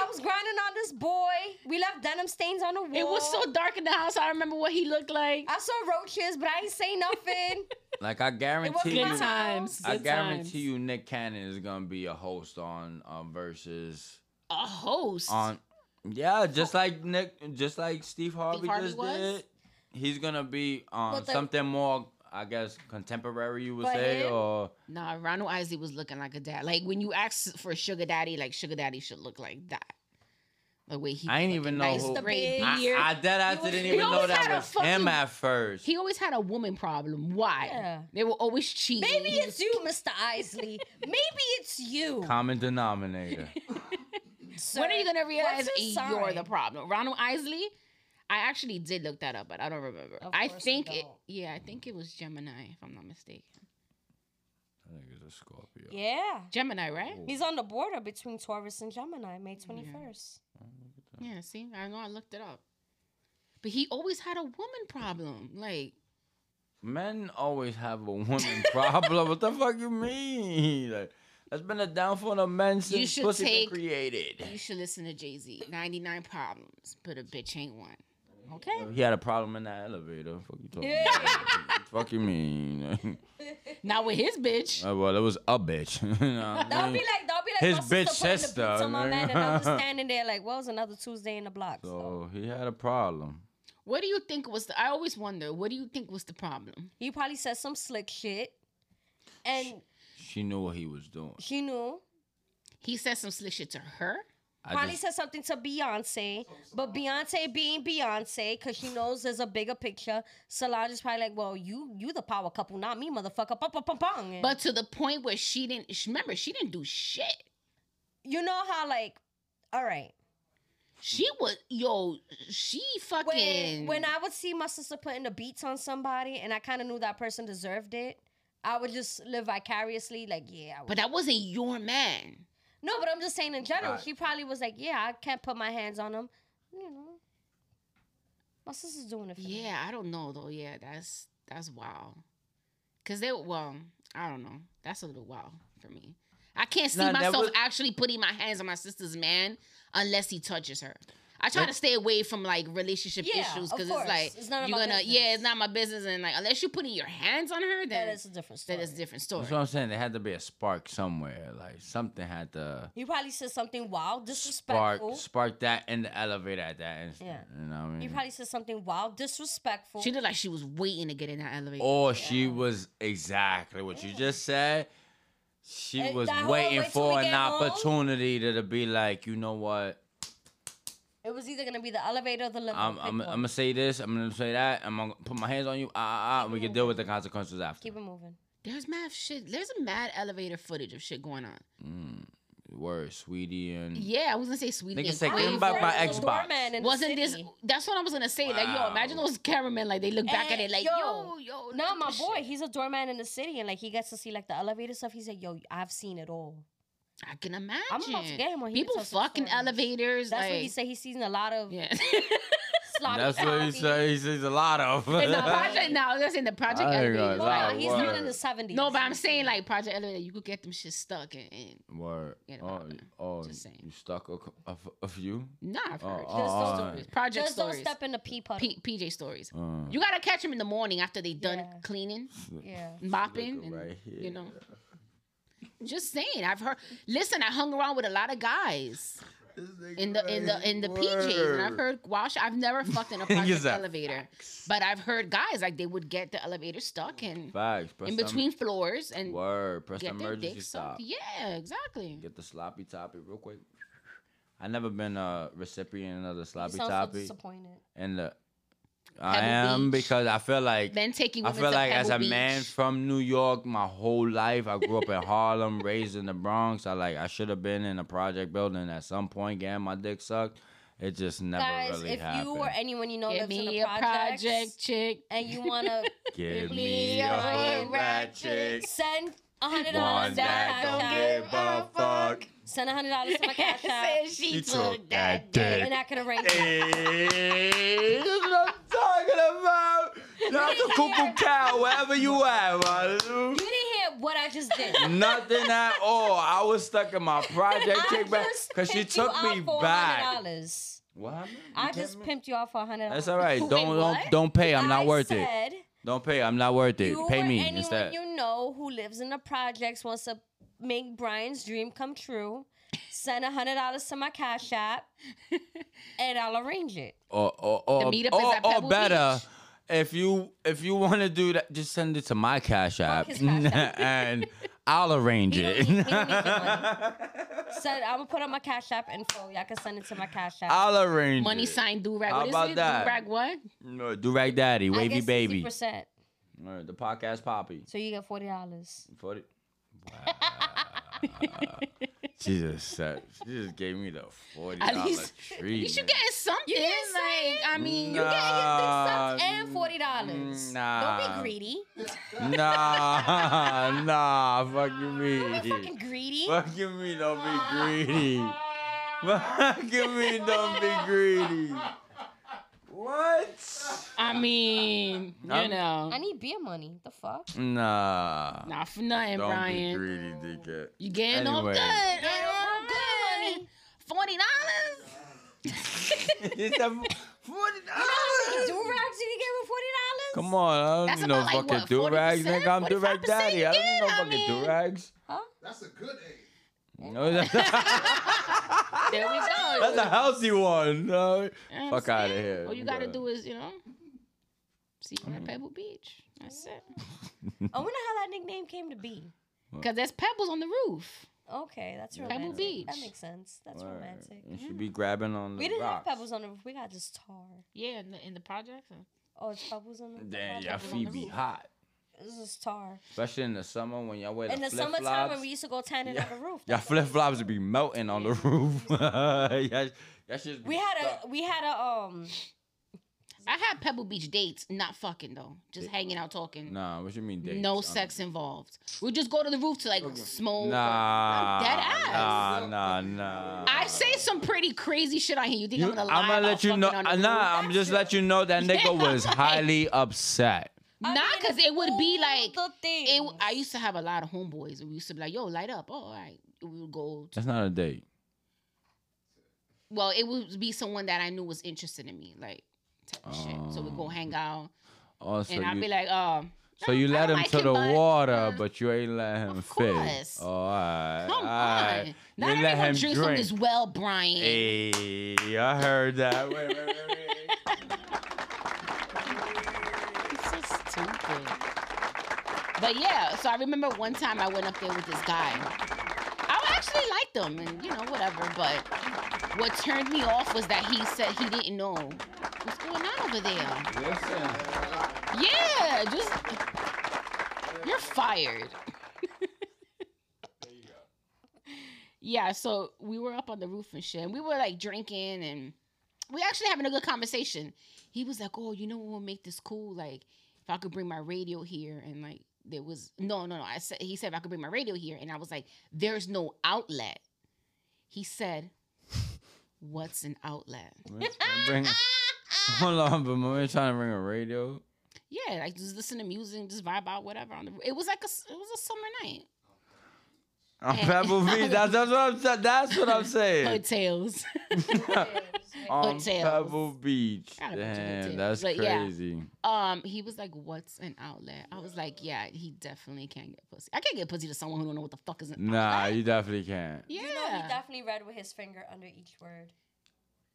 I was grinding on this boy. We left denim stains on the wall.
it was so dark in the house. I remember what he looked like.
I saw roaches, but I ain't say nothing.
<laughs>
Like I
wasn't
guarantee
my
you.
Good times.
I
good times.
guarantee you, Nick Cannon is gonna be a host on uh, versus
a host.
on. Yeah, just like Nick, just like Steve Harvey,
Harvey
just
was?
did. He's gonna be on
But the-
something more, I guess, contemporary. You would
But
say,
him-
or
Nah, Ronald Isley was looking like a dad. Like when you ask for Sugar Daddy, like Sugar Daddy should look like that. The way he
I ain't
fucking
even know
nice
who-
The
gray
big-
I,
beard.
I dead ass
was-
didn't
He
even know
always
that
had a
was
fucking-
him at first.
He always had a woman problem. Why?
Yeah.
They were always cheating.
Maybe
He
it's you, Mr. Isley. Maybe it's you.
Common
<laughs>
denominator.
When are you gonna realize
What's your
you're
sign?
the problem? Ronald Isley, I actually did look that up, but I don't remember.
Of
I
course you
think it.
don't.
Yeah, I think it was Gemini, if I'm not mistaken.
I think it's a Scorpio.
Yeah.
Gemini, right?
He's on the border between Taurus and Gemini, May 21st.
Oh,
Yeah. See, I know I looked it up, but he always had a woman problem. Like,
Men always have a woman <laughs> problem. what the fuck you mean? Like, that's been a downfall of men since
should
pussy
take-
been created.
you should listen to Jay Z. 99 problems, but a bitch ain't one. Okay.
He had a problem in that elevator. Fuck you talking about? fuck you mean? <laughs>
Not with his bitch.
Uh, well, it was a bitch. <laughs> You know what I
That'll be
mean?
like, that'll be like
Mm. His
my
bitch
putting the
sister,
boots on my
nigga.
man,
<laughs>
and I'm just standing there like, well, it's another Tuesday in the block. So
so he had a problem.
What do you think was the? I always wonder. What do you think was the problem?
he probably said some slick shit, and
She knew what he was doing.
he knew.
He said some slick shit to her.
I
Probably
just,
said something to Beyonce, but Beyonce being Beyonce, cause she knows there's a bigger picture. Solange is probably like, "Well, you you the power couple, not me, motherfucker." Bum, bum, bum, bum. And
But to the point where she didn't. sh- Remember, she didn't do shit.
you know how like, all right,
She was yo. She fucking.
when when I would see my sister putting the beats on somebody, and I kind of knew that person deserved it, I would just live vicariously, like, yeah. I would.
But that wasn't your man.
no, but I'm just saying in general,
Right.
she probably was like, yeah, I can't put my hands on him, you know. My sister's doing it for me.
Yeah, I don't know though. Yeah, that's that's wild. Cause they well, I don't know. That's a little wild for me. I can't see
Nah, that
myself
was-
actually putting my hands on my sister's man unless he touches her. I try to stay away from like relationship
Yeah,
issues
of
because
course.
it's like
It's none of
you're
my
gonna
business.
yeah, it's not my business and like unless you're putting your hands on her, then
that is a different story.
that is a different story.
that's what I'm saying. There had to be a spark somewhere. Like something had to
You probably said something wild,
spark
disrespectful.
spark that in the elevator at that instant.
Yeah.
You know what I mean?
You probably said something wild, disrespectful.
She looked like she was waiting to get in that elevator.
Or Oh, she was exactly what you just said. She
And
was
that whole
waiting
wait till we
for an
get home?
opportunity to, to be like, you know what?
it was either gonna be the elevator or the lift.
I'm I'm, I'm gonna say this. I'm gonna say that. I'm gonna put my hands on you. Ah, ah, ah. and We can deal with the consequences after.
keep it moving.
There's mad shit. There's a mad elevator footage of shit going on.
Word, sweetie, and
Yeah, I was gonna say sweetie.
Nigga
and
said,
Quavo.
"Get him by my
There's
Xbox."
a doorman in the
Wasn't this?
city.
That's what I was gonna say. Like, yo, imagine those cameramen. Like, they look back at
And
it, like, yo,
yo,
yo.
No,
look
my
at this
boy,
shit.
he's a doorman in the city, and like he gets to see like the elevator stuff. He's like, "Yo, I've seen it all."
I can imagine.
get him when he
People
tells some
fucking
stories.
elevators.
That's
like,
what he said. He's seen a lot of <laughs>
Yeah. <laughs>
sloppy.
that's what he
toppy.
said. He says a lot of. <laughs>
in the project now, that's in the
I
project
ain't gonna
elevators.
Well,
lie,
Like,
no, he's
word.
not in the seventies.
no, but I'm saying like project elevator, you could get them shit stuck and, and
Word.
Yeah,
Oh,
about that.
oh
Just saying.
you stuck a, a, a few?
nah. I've
Oh,
heard.
oh, oh,
those
alright.
Project
just don't
stories.
step in the pee puddle.
P- PJ stories.
Uh,
You gotta catch them in the morning after they done
Yeah.
cleaning.
Yeah.
mopping and,
right here.
you know just saying i've heard listen i hung around with a lot of guys in the in the in the pjs and i've heard wash i've never
<laughs>
fucked in a
Is
project
that
elevator but i've heard guys like they would get the elevator stuck and
Facts. Press
in
the-
between floors and
Word. Press the
get their
emergency
dick
stop.
sucked yeah exactly
Get the sloppy toppy real quick. I never been a recipient of the
You
sloppy
sound so
toppy,
disappointed.
and the I
Pebble
am
Beach.
because I feel like
men taking
I
women
feel
to
like as
Pebble
a man
Beach.
from New York, my whole life I grew up in Harlem, raised in the Bronx. I like I should have been in a project building at some point, getting my dick sucked. It just never
Guys,
really
if
happened.
you or anyone you know
Give
lives in
me
the
a project
project
chick.
and you
<laughs>
wanna
Give
me
me
a
a
whole
whole rat chick,
send a
one
hundred dollars to
that don't
my
give a fuck.
send a hundred dollars
<laughs>
to my cash app,
Said she
You
took
took
that
that
dick.
dick.
and I can arrange
<laughs>
it.
Hey, that's what I'm talking about. Not the cuckoo cow, wherever you at, my dude.
You didn't hear what I just did.
Nothing at all. I was stuck in my project
I
kickback
just
because she
pimped you
took
out
me
for
back.
$100.
What happened?
I just pimped you out for a hundred.
That's all right. Don't don't don't pay. I'm not worth it. Don't pay. I'm not worth it.
You
Pay
or
me
anyone
instead.
you know who lives in the projects wants to make Brian's dream come true. Send a hundred dollars to my
<laughs>
cash app, and I'll arrange it.
Or or or,
meetup is
or,
at
or
Pebble
better.
Beach.
If you if you want to do that, just send it to my cash app,
his Cash
<laughs>
App.
and I'll arrange
We don't need- we
it.
don't need your money. Send, I'm gonna put on my cash app info. Y'all can send it to my cash app.
<laughs> I'll arrange
Money
it.
sign do rag.
How
What is
about
it? Do
that?
rag what?
sign. Do rag daddy,
I
wavy
get
baby.
60%,
All right, the podcast poppy.
<laughs>
So you get forty dollars.
Forty. She just said, she just gave me the forty
At
dollar
least-
treatment.
You should get something.
You get
like, I mean,
No.
you get
Nah,
sucked and forty dollars. Don't
Ah, mm, nah.
be greedy.
nah, <laughs> nah, fuck you me,
Fucking greedy.
fuck you me, don't be
<laughs>
greedy, fuck you me, don't be greedy. What?
I mean, you
I'm-
know,
I need beer money. The fuck?
Nah,
not for nothing,
don't be
Brian.
greedy, dickhead.
You getting all
Anyway.
good?
Getting all good money.
Forty dollars.
<laughs> It's a forty
Do rags? You
dollars.
can get with forty dollars?
Come on, I
That's
don't need no
about like,
fucking
what,
do rags,
40%,
nigga. I'm do rag
45%
daddy. I don't need no
again, I
fucking
mean.
do rags.
That's a good age.
No, <laughs> that's, that's
There we go.
a healthy one. no.
You know what I'm
Fuck outta
saying?
here.
All you gotta
Yeah. Mm-hmm.
do is, you know, see you at Pebble Beach. That's it.
I wonder how that nickname came to be.
Cause there's pebbles on the roof.
Okay, that's
Pebble
romantic. That
Beach.
makes sense. That's
Word.
romantic.
You should be grabbing on the
We didn't
rocks.
have pebbles on the roof. We got just tar.
Yeah, in the, in the projects. and-
Oh, it's pebbles on the roof.
Damn,
Yeah,
your feet be hot,
This is tar.
especially in the summer when y'all wear
In
the
the
flip
summertime, when
flops.
we used to go tanning
Yeah.
on the roof.
Y'all flip flops would be melting on the roof. <laughs> Y'all- y'all shit's be
We had
stuck.
a we had a um
I had Pebble Beach dates, not fucking though, just hanging out talking.
Nah, what you mean dates?
No
I'm-
sex involved. We just go to the roof to like smoke.
Nah,
I'm dead ass.
nah, nah, nah.
I say some pretty crazy shit on here. You think I'm gonna lie?
I'm
about
let you
fucking
know. uh,
on
Nah,
the roof?
I'm just let you know
<laughs>
that nigga was highly upset.
I
Nah,
mean,
cause
it's
it would be
all
like
the things.
it. I used to have a lot of homeboys. and We used to be like, "Yo, light up." Oh, all right. We would go. To,
That's not a date.
well, it would be someone that I knew was interested in me, like type of shit. So we go hang out,
Also,
and I'd
Oh. you,
be like, "Um,
so you
I
let
don't
him
like
to
him,
the
but,
water,
uh,
but you ain't let him
of
fish.
course.
Oh, all right,
come
all right.
on,
You
not
let
everyone
him
drinks
drink.
from this well, Brian."
Hey, I heard that. Wait, wait, wait,
<laughs>
wait.
It's so stupid. But yeah, so I remember one time I went up there with this guy. I actually liked him and you know, whatever, but what turned me off was that he said he didn't know what's going on over there.
Listen,
Yeah, just you're fired. yeah, so we were up on the roof and shit, and we were like drinking, and we actually having a good conversation. He was like, "Oh, you know what would make this cool? Like, if I could bring my radio here, and like there was no, no, no." I said, he said, if "I could bring my radio here," and I was like, "There's no outlet." He said, "What's an outlet?"
bring, hold on, but mommy trying to bring a
<laughs>
radio.
Yeah, like just listen to music, just vibe out, whatever. On the it was like a s- it was a summer night.
On
Hey.
Pebble Beach. That's, that's what I'm. sa- That's what I'm saying.
Hotels.
on
hotels.
Pebble Beach.
Got a bunch of
Damn,
hotels,
that's
but yeah.
crazy.
<laughs> um, he was like, "What's an outlet?" I was like, "Yeah, he definitely can't get pussy. I can't get pussy to someone who don't know what the fuck is an
Nah,
outlet."
you definitely can't.
Yeah,
You know, he definitely read with his finger under each word.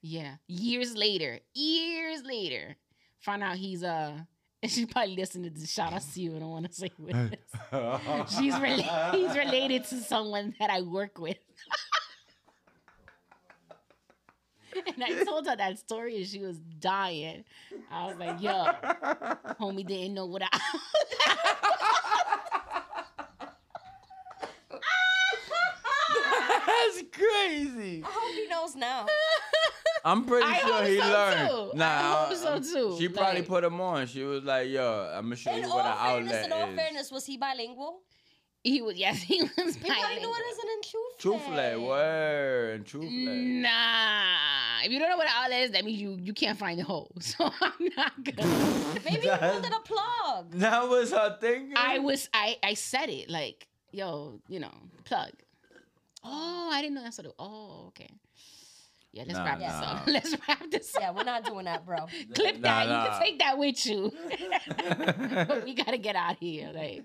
yeah. Years later, years later, find out he's uh, <laughs> and she probably listened to this. Shout out to you. I don't want to say witness. <laughs> She's rela- he's related to someone that I work with. <laughs> and I told her that story and she was dying. I was like, yo, homie didn't know what I
<laughs>
<laughs>
That's crazy.
I hope he
<laughs>
knows now.
I'm pretty
I
sure
hope
he
so,
learned.
too. I
Nah,
hope so,
um,
too.
She probably
Like-
put him on. She was like, "Yo, I'm gonna show
In
you what an
all fairness,
outlet
in all
is."
fairness, was he bilingual?
He was yes, he was
He probably knew
bilingual.
it isn't in truth.
Truthfully, word, truthfully.
Mm. Nah. If you don't know what an outlet is, that means you you can't find the hole. <laughs> So I'm not gonna
Maybe he
<laughs>
pulled it a plug.
That was her thinking. <laughs>
I was I I said it like, yo, you know, plug. Oh, I didn't know that's what it Oh, okay. Yeah, let's
Nah,
wrap this
nah.
up. <laughs> Let's wrap this up.
Yeah, we're not doing that,
<laughs>
bro.
Clip
Nah,
that. You
nah.
can take that with you. <laughs> but we gotta get out of here. Like,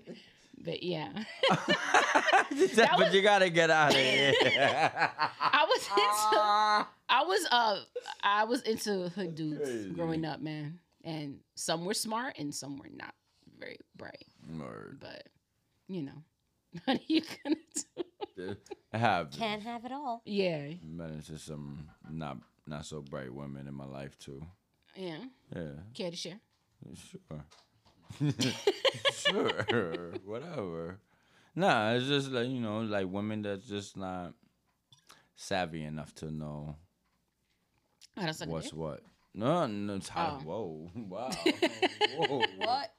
but yeah.
but you gotta get out of
<laughs>
here.
I was <laughs> into I was uh I was into hood dudes
Crazy.
growing up, man. And some were smart and some were not very bright.
Word.
But you know, <laughs> what are you gonna do?
It happened.
Can't have it all.
Yeah.
Met into some not not so bright women in my life too.
Yeah.
Yeah.
Care to share?
<laughs> Sure. sure. Whatever. Nah, it's just like you know, like women that's just not savvy enough to know
Oh, that's like
what's what. No, no, it's hot.
Oh.
<laughs>
Whoa, wow, whoa.
What?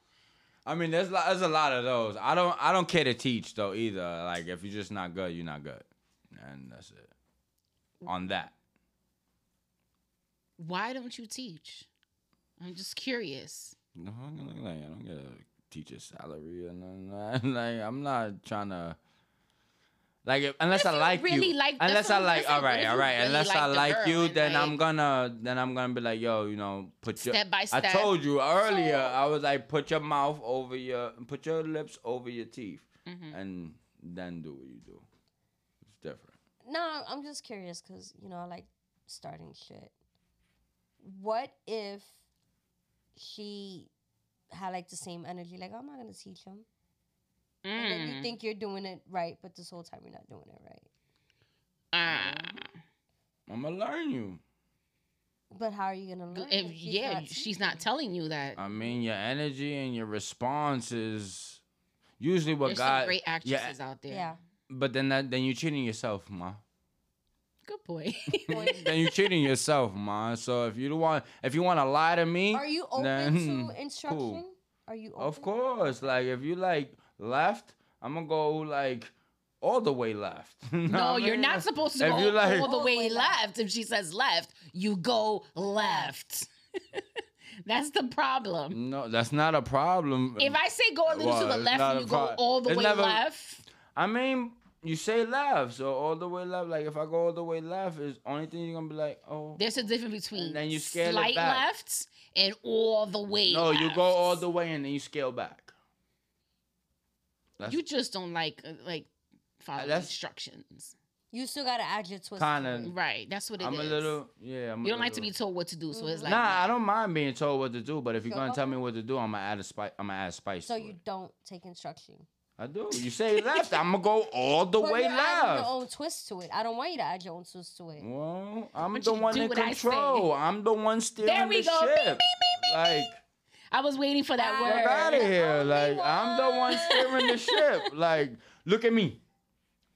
I mean, there's lo- there's a lot of those. I don't I don't care to teach though either. Like if you're just not good, you're not good, and that's it. On that,
Why don't you teach? I'm just curious.
no, I don't like I don't get a teacher salary or nothing. like that. <laughs> Like I'm not trying to. Like if, unless
If
I
you
like
really
you,
like- that's
unless
what
I
I'm
like,
saying,
all
what
right,
if
all
you
right.
really
unless
like
I
the
like
girl
you,
and,
then I'm
like-
gonna, then I'm gonna be like, yo, you know, put your.
Step by
I
step.
told you earlier. I was like, put your mouth over your, put your lips over your teeth,
Mm-hmm.
and then do what you do. It's different.
No, I'm just curious because you know I like starting shit. What if she had like the same energy? Like I'm not gonna teach him, and then you
Mm.
think you're doing it right, but this whole time you're not doing it right.
Ah.
I'm gonna learn you.
But how are you gonna learn?
if,
if she's
yeah,
not
she's not telling you that.
I mean, your energy and your response is usually what
There's
God.
some great
yeah,
actresses out there.
Yeah.
but then that then you're cheating yourself, ma.
Good <laughs>
<laughs>
point.
then you're cheating yourself, ma. So if you don't want, if you want to lie to me,
Are you open
then
to instruction?
cool.
Are you open?
Of course, like if you like left, I'm gonna go like all the way left. <laughs> You know
no,
what I
you're
mean?
not supposed to
if
go
you like-
all the way
All the way left.
left. If she says left, you go left. <laughs> That's the problem.
No, that's not a problem.
If I say go a little to
Well,
the
it's
left
not
and
a
you
pro-
go all the
it's
way
never-
left,
I mean, you say left, so all the way left. Like if I go all the way left, is only thing you're gonna be like, oh.
there's a difference between
And then you scale it
slight
back.
left and all the way
No, you go
left.
all the way and then you scale back. That's
You just don't like uh, like follow
that's-
instructions.
You still gotta add your twist.
Kinda.
to it.
Right. That's what it is.
I'm a little yeah. I'm a
you don't like to
little-
be told what to do, so it's like
nah, I don't mind being told what to do, but if you're
So-
gonna tell me what to do, I'm gonna add a spice. I'm gonna add spice.
So
to
you
it.
don't take instruction.
I do. You say
<laughs>
left, I'm gonna go all the
But
way
you're adding
left.
your own twist to it. I don't want you to add your own twist to it.
Well, I'm
But
the
you
one
do
in
what I say.
control. I'm the one steering
we
the
go. Beep,
ship.
beep, beep,
like,
I was waiting for that
get out
word.
of here. Like, I'm the one
one.
steering the ship. Like, look at me.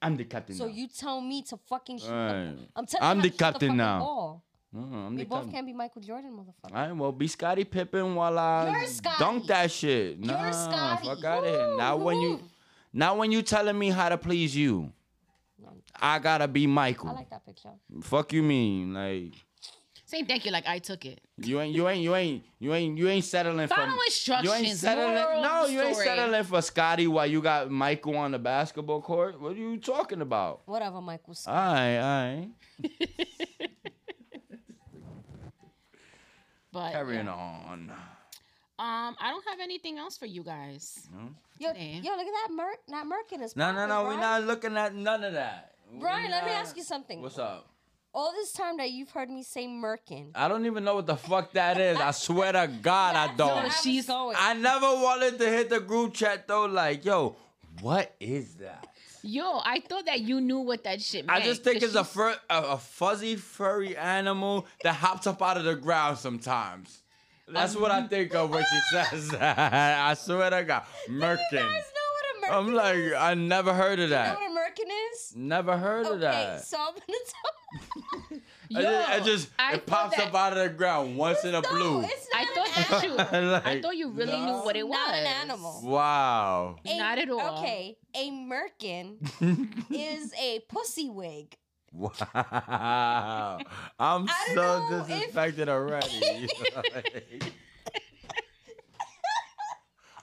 I'm the captain.
So
now.
you tell me to fucking shoot. the-
Right.
I'm telling
I'm the
you how to shoot
captain
fucking
now.
ball.
No, Mm-hmm, I'm
We
the
both
captain.
can't be Michael Jordan, motherfucker.
All right, well, be Scotty Pippen while I
You're Scottie.
dunk that shit. Nah,
Scottie.
fuck out of here.
Woo,
Not when you,
woo.
not when you telling me how to please you. I gotta be Michael.
I like that picture.
Fuck you mean like.
Saying thank you like I took it.
You ain't, you ain't, you ain't, you ain't, you ain't settling for.
Follow
You ain't
instructions.
settling.
Moral of
No,
the
you ain't
story.
settling for Scotty while you got Michael on the basketball court. What are you talking about?
Whatever, Michael. Scott.
Aye, aye.
But
Carrying
yeah.
on.
um, I don't have anything else for you guys.
Yo,
today.
yo, look at that Merc. Not Merc in his
No, no,
pocket,
no. We're
Brian.
not looking at none of that. We
Brian, let me
not-
ask you something.
What's up?
All this time that you've heard me say Merkin.
I don't even know what the fuck that is. I swear to God, I
where
don't.
I was
Oh, she's-
going.
I never wanted to hit the group chat though. Like, yo, what is that?
Yo, I thought that you knew what that shit
I
meant.
just think it's
'cause
a,
she's-
fur- a a fuzzy furry animal that hops up out of the ground sometimes. That's what
Um,
I think of
<laughs>
when she says that. I swear to God,
You guys
merkin.
know what a Merkin
I'm like, I never heard of
You know
that.
what a Merkin is?
Never heard of
Okay,
that.
so I'm gonna tell.
I just, I just-
I
it
thought
pops
that-
up out of the ground once in a blue.
No, it's
<laughs>
not
I
an
<laughs>
thought
animal.
that you. I
Like,
thought you really
no.
knew what it was.
Not an animal.
Wow.
A-
Not at all.
Okay, a
<laughs>
merkin is a pussy wig.
Wow. I'm
I don't
so
know if-
disrespected
<laughs>
already. <laughs>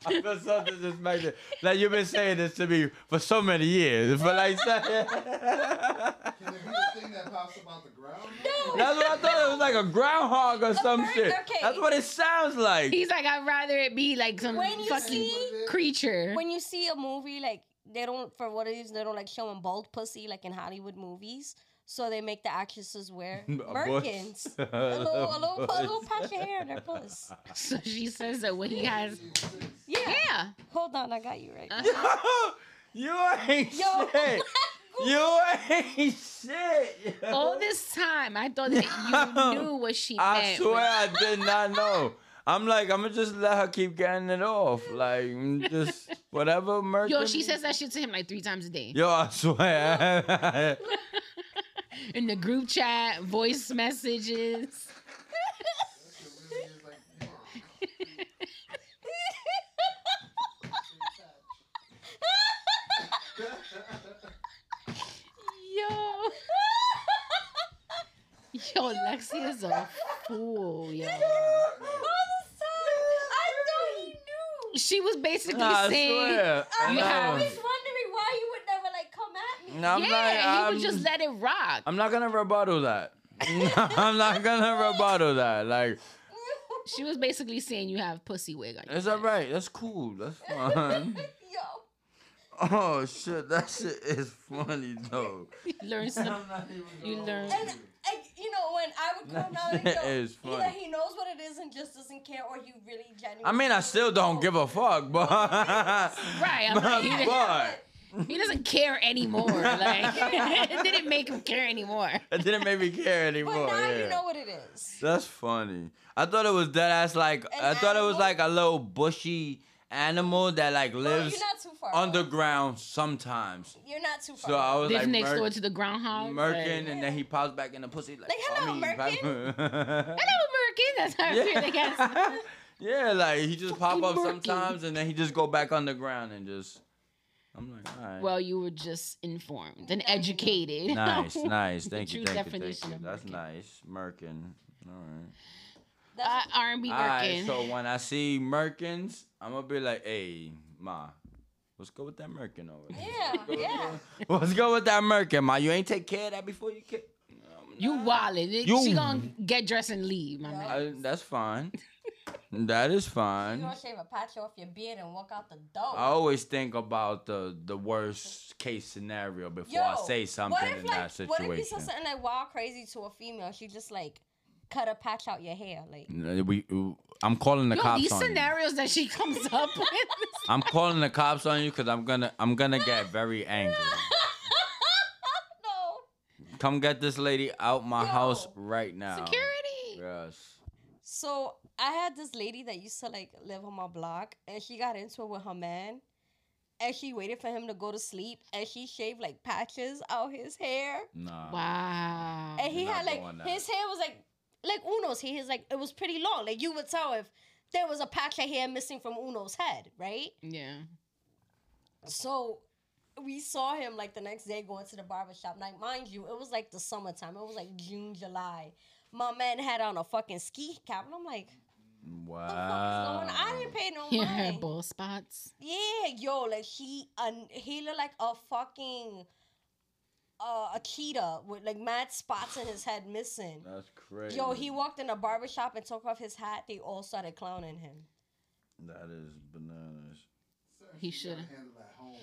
I feel so disrespected. Like you've been saying this to me for so many years. For like <laughs> seven.
Can it be the thing that pops up out the ground?
No,
That's what I thought. It was like a groundhog or some
bird-
shit.
okay.
That's what it sounds like.
He's like, I'd rather it be like some
when you
fucking
see
creature.
when you see a movie like they don't for what it is they don't like showing bald pussy like in Hollywood movies. So they make the actresses wear
<laughs> A bush.
merkins.
<laughs>
A little, a little, a little patch of hair in their puss.
<laughs> so she says that when he has.
Yeah.
Yeah.
Hold on, I got you right. now.
you ain't
Yo. <laughs>
shit. You ain't shit. yo. <laughs>
All this time, I thought that you knew what she
I
meant.
swear I
<laughs>
did not know. I'm like, I'm gonna mm, just let her keep getting it off. Like, I'm just Whatever Mercury.
Yo, she says that shit to him like three times a day.
Yo, I swear. <laughs>
In the group chat, voice messages. Yo.
<laughs>
Yo, Lexi is a fool, yo. She was basically
I
saying Uh,
swear.
you
No.
have-
wondering why you would never like come at me. <laughs>
No, I'm
Yeah,
not,
he would
I'm-
just let it rock.
I'm not gonna rebuttal that. <laughs> I'm not gonna rebuttal that. Like
she was basically saying you have pussy wig on your
it's
head.
alright. That's cool. That's
<laughs>
fun.
Yo,
Oh shit, that shit is funny though.
You learn some
<laughs>
you learn
and I, you know when I would come down and
shit
yo,
is
either
funny.
he knows what it is and just doesn't care, or he really genuinely.
I mean, I still don't give a fuck, but right, <laughs>
I'm not either.
but
He doesn't care anymore. Like <laughs> it didn't make him care anymore.
it didn't make me care
But
anymore.
now
yeah.
you know what it is.
That's funny. I thought it was dead ass like I thought it was
animal?
like a little bushy animal that like
Well,
lives
you're not too far. off.
underground sometimes.
You're not too far.
So I
off.
was
Live
like
next
Merc-
door to the groundhog.
Merkin,
Like,
and then he pops back in the pussy like,
Like, hello,
"Mommy, Papa." <laughs>
Hello, Merkin. That's how I feel. I guess.
yeah. <laughs> yeah, like he just pop
Fucking
up
Merkin.
sometimes, and then he just go back on the ground and just. I'm like, all right.
Well, <laughs> you were just informed and educated. <laughs>
nice, nice.
The
Thank you,
true
thank you, thank
definition
you.
of
That's
Merkin.
nice, Merkin. All right.
Uh,
That's-
R&B
All right.
Merkin.
So when I see Merkins, I'm gonna be like, hey, ma, let's go with that Merkin over there.
yeah, yeah.
Let's go with that Merkin, ma. You ain't take care of that before you kick.
you wildin'.
You-
She gonna get dressed and leave, my man.
I- that's
<laughs>
fine. that is
You
fine.
gonna shave a patch off your beard and walk out the door.
I always think about the the worst case scenario before I say something
what if,
in
like,
that
What if you said
situation.
something like wild crazy to a female? She just like cut a patch out your hair, like.
N- We, I'm calling the
Yo,
cops
these
on you.
scenarios that she <laughs> comes up
<laughs>
with.
I'm calling the cops on you because I'm gonna I'm gonna
<laughs>
get very angry.
<laughs> no.
Come get this lady out my house
Yo,
right now.
Security.
Yes.
So I had this lady that used to like live on my block, and she got into it with her man, and she waited for him to go to sleep, and she shaved like patches out his hair,
Nah.
Wow.
and he
you're
had
not
like
doing that.
his hair was like like Uno's hair, his like it was pretty long, like you would tell if there was a patch of hair missing from Uno's head, right?
Yeah.
So we saw him like the next day going to the barber shop. Like, mind you, it was like the summertime. It was like June, July. My man had on a fucking ski cap, and I'm like, "What the fuck
Wow.
is going on? I didn't pay no
He had
money."
ball spots.
Yeah, yo, like he, un- he looked like a fucking, uh, a cheetah with like mad spots in his head missing.
That's crazy.
Yo, he walked in a barber shop and took off his hat. They all started clowning him.
That is bananas.
He should.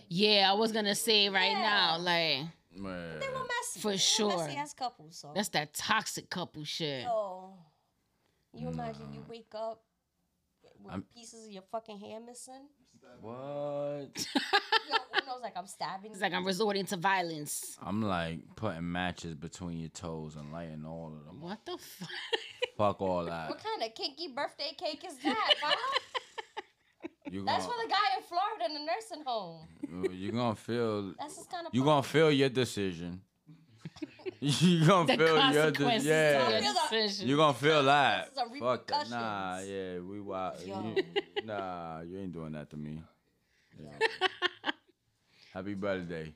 Yeah, I was gonna say right
Yeah.
now, like
Man.
They were messy.
For
They were
sure.
messy as couples. So
that's that toxic couple shit.
Oh, you imagine you wake up with
I'm-
pieces of your fucking
<laughs>
hair missing?
What?
Yo, Uno's like, I'm stabbing
It's
you.
like I'm resorting to violence.
I'm like putting matches between your toes and lighting all of them.
What the fuck?
Fuck all that.
what kind of kinky birthday cake is that? <laughs> Ma?
You
That's
gon-
for the guy in Florida in the nursing home.
<laughs> You're gonna feel.
That's his kind of.
You're gonna feel your decision. <laughs> You're gonna
<laughs> The
feel your
consequences
decision.
yeah.
Yeah.
of your
Feel the-
decision.
You're gonna feel that.
consequences and
Fuck that. Nah,
repercussions.
yeah, we wild.
Yo.
You, nah, you ain't doing that to
<laughs>
me. Yeah. Happy birthday.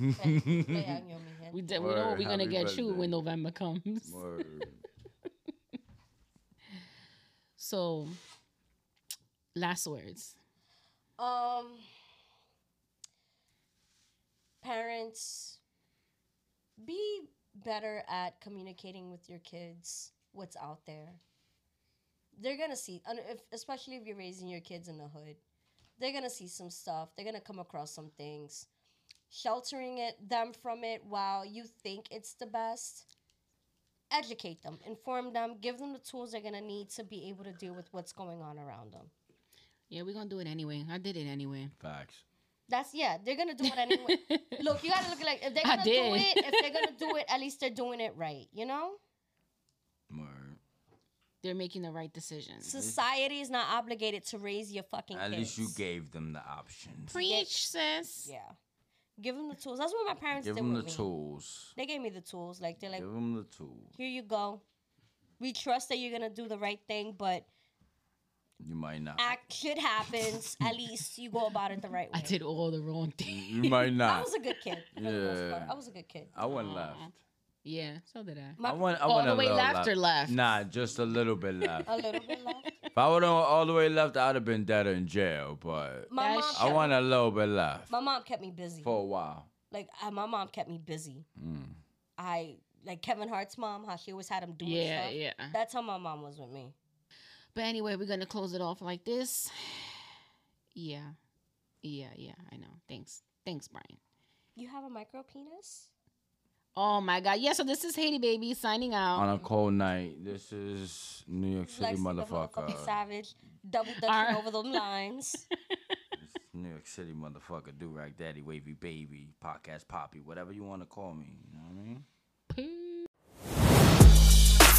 <laughs>
We, de- we know what
Word,
we're gonna
happy
get you
birthday.
when November
<laughs>
comes.
Word.
So, last words.
um, parents, be better at communicating with your kids what's out there. They're gonna see, and if, especially if you're raising your kids in the hood, they're gonna see some stuff. They're gonna come across some things. Sheltering it them from it while you think it's the best. Educate them, inform them, give them the tools they're gonna need to be able to deal with what's going on around them.
Yeah, we're gonna do it anyway. I did it
<laughs>
anyway.
Facts.
That's yeah, they're gonna do it anyway. look, you gotta look at, like if they're
I
gonna do
did.
Mm-hmm.
it, if they're gonna do it, at least they're doing it right, you know?
Word.
they're making the right decision.
Society is not obligated to raise your fucking
At least
kids.
you gave them the options.
<laughs> Preach, sis.
Yeah. Give them the tools. That's what my parents
Give
did
them the
with me.
tools.
They gave me the tools. Like they're like,
Give them the tools.
here you go. We trust that you're gonna do the right thing, but
You might not.
act
<laughs>
shit happens. At least you go about it the right way.
I did all the wrong things.
You
<laughs>
might
I
not.
was a good kid. for the most part.
Yeah.
I was a good kid.
I went left.
<laughs> Yeah, so did I.
I went. I
All
went
the
a
way
little
left or left?
Nah, just a little
<laughs>
bit left.
A little bit
<laughs>
left.
if I would have all the way left, I'd have been dead in jail. But
My
That's
mom,
I
kept,
went a little bit left
my mom kept me busy.
for a while. Mm.
Like I, my mom kept me busy. I like Kevin Hart's mom, how she always had him doing
Yeah,
stuff.
yeah.
That's how my mom was with me.
But anyway, we're gonna close it off like this. Yeah, yeah, yeah. I know. Thanks, thanks, Brian.
You have a micro penis?
Oh my God. Yeah. So this is Haiti baby signing out.
On a cold night, this is New York City
Lexi the motherfucking
motherfucker.
savage, double dutching over them lines.
New York City motherfucker, do rag daddy, wavy baby, podcast poppy, whatever you want to call me. You know what I mean?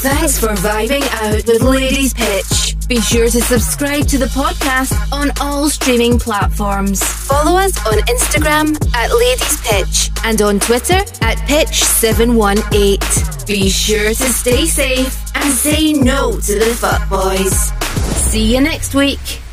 Thanks for vibing out with Ladies Pitch. Be sure to subscribe to the podcast on all streaming platforms. Follow us on Instagram at Ladies Pitch and on Twitter at Pitch718. Be sure to stay safe and say no to the fuckboys. See you next week.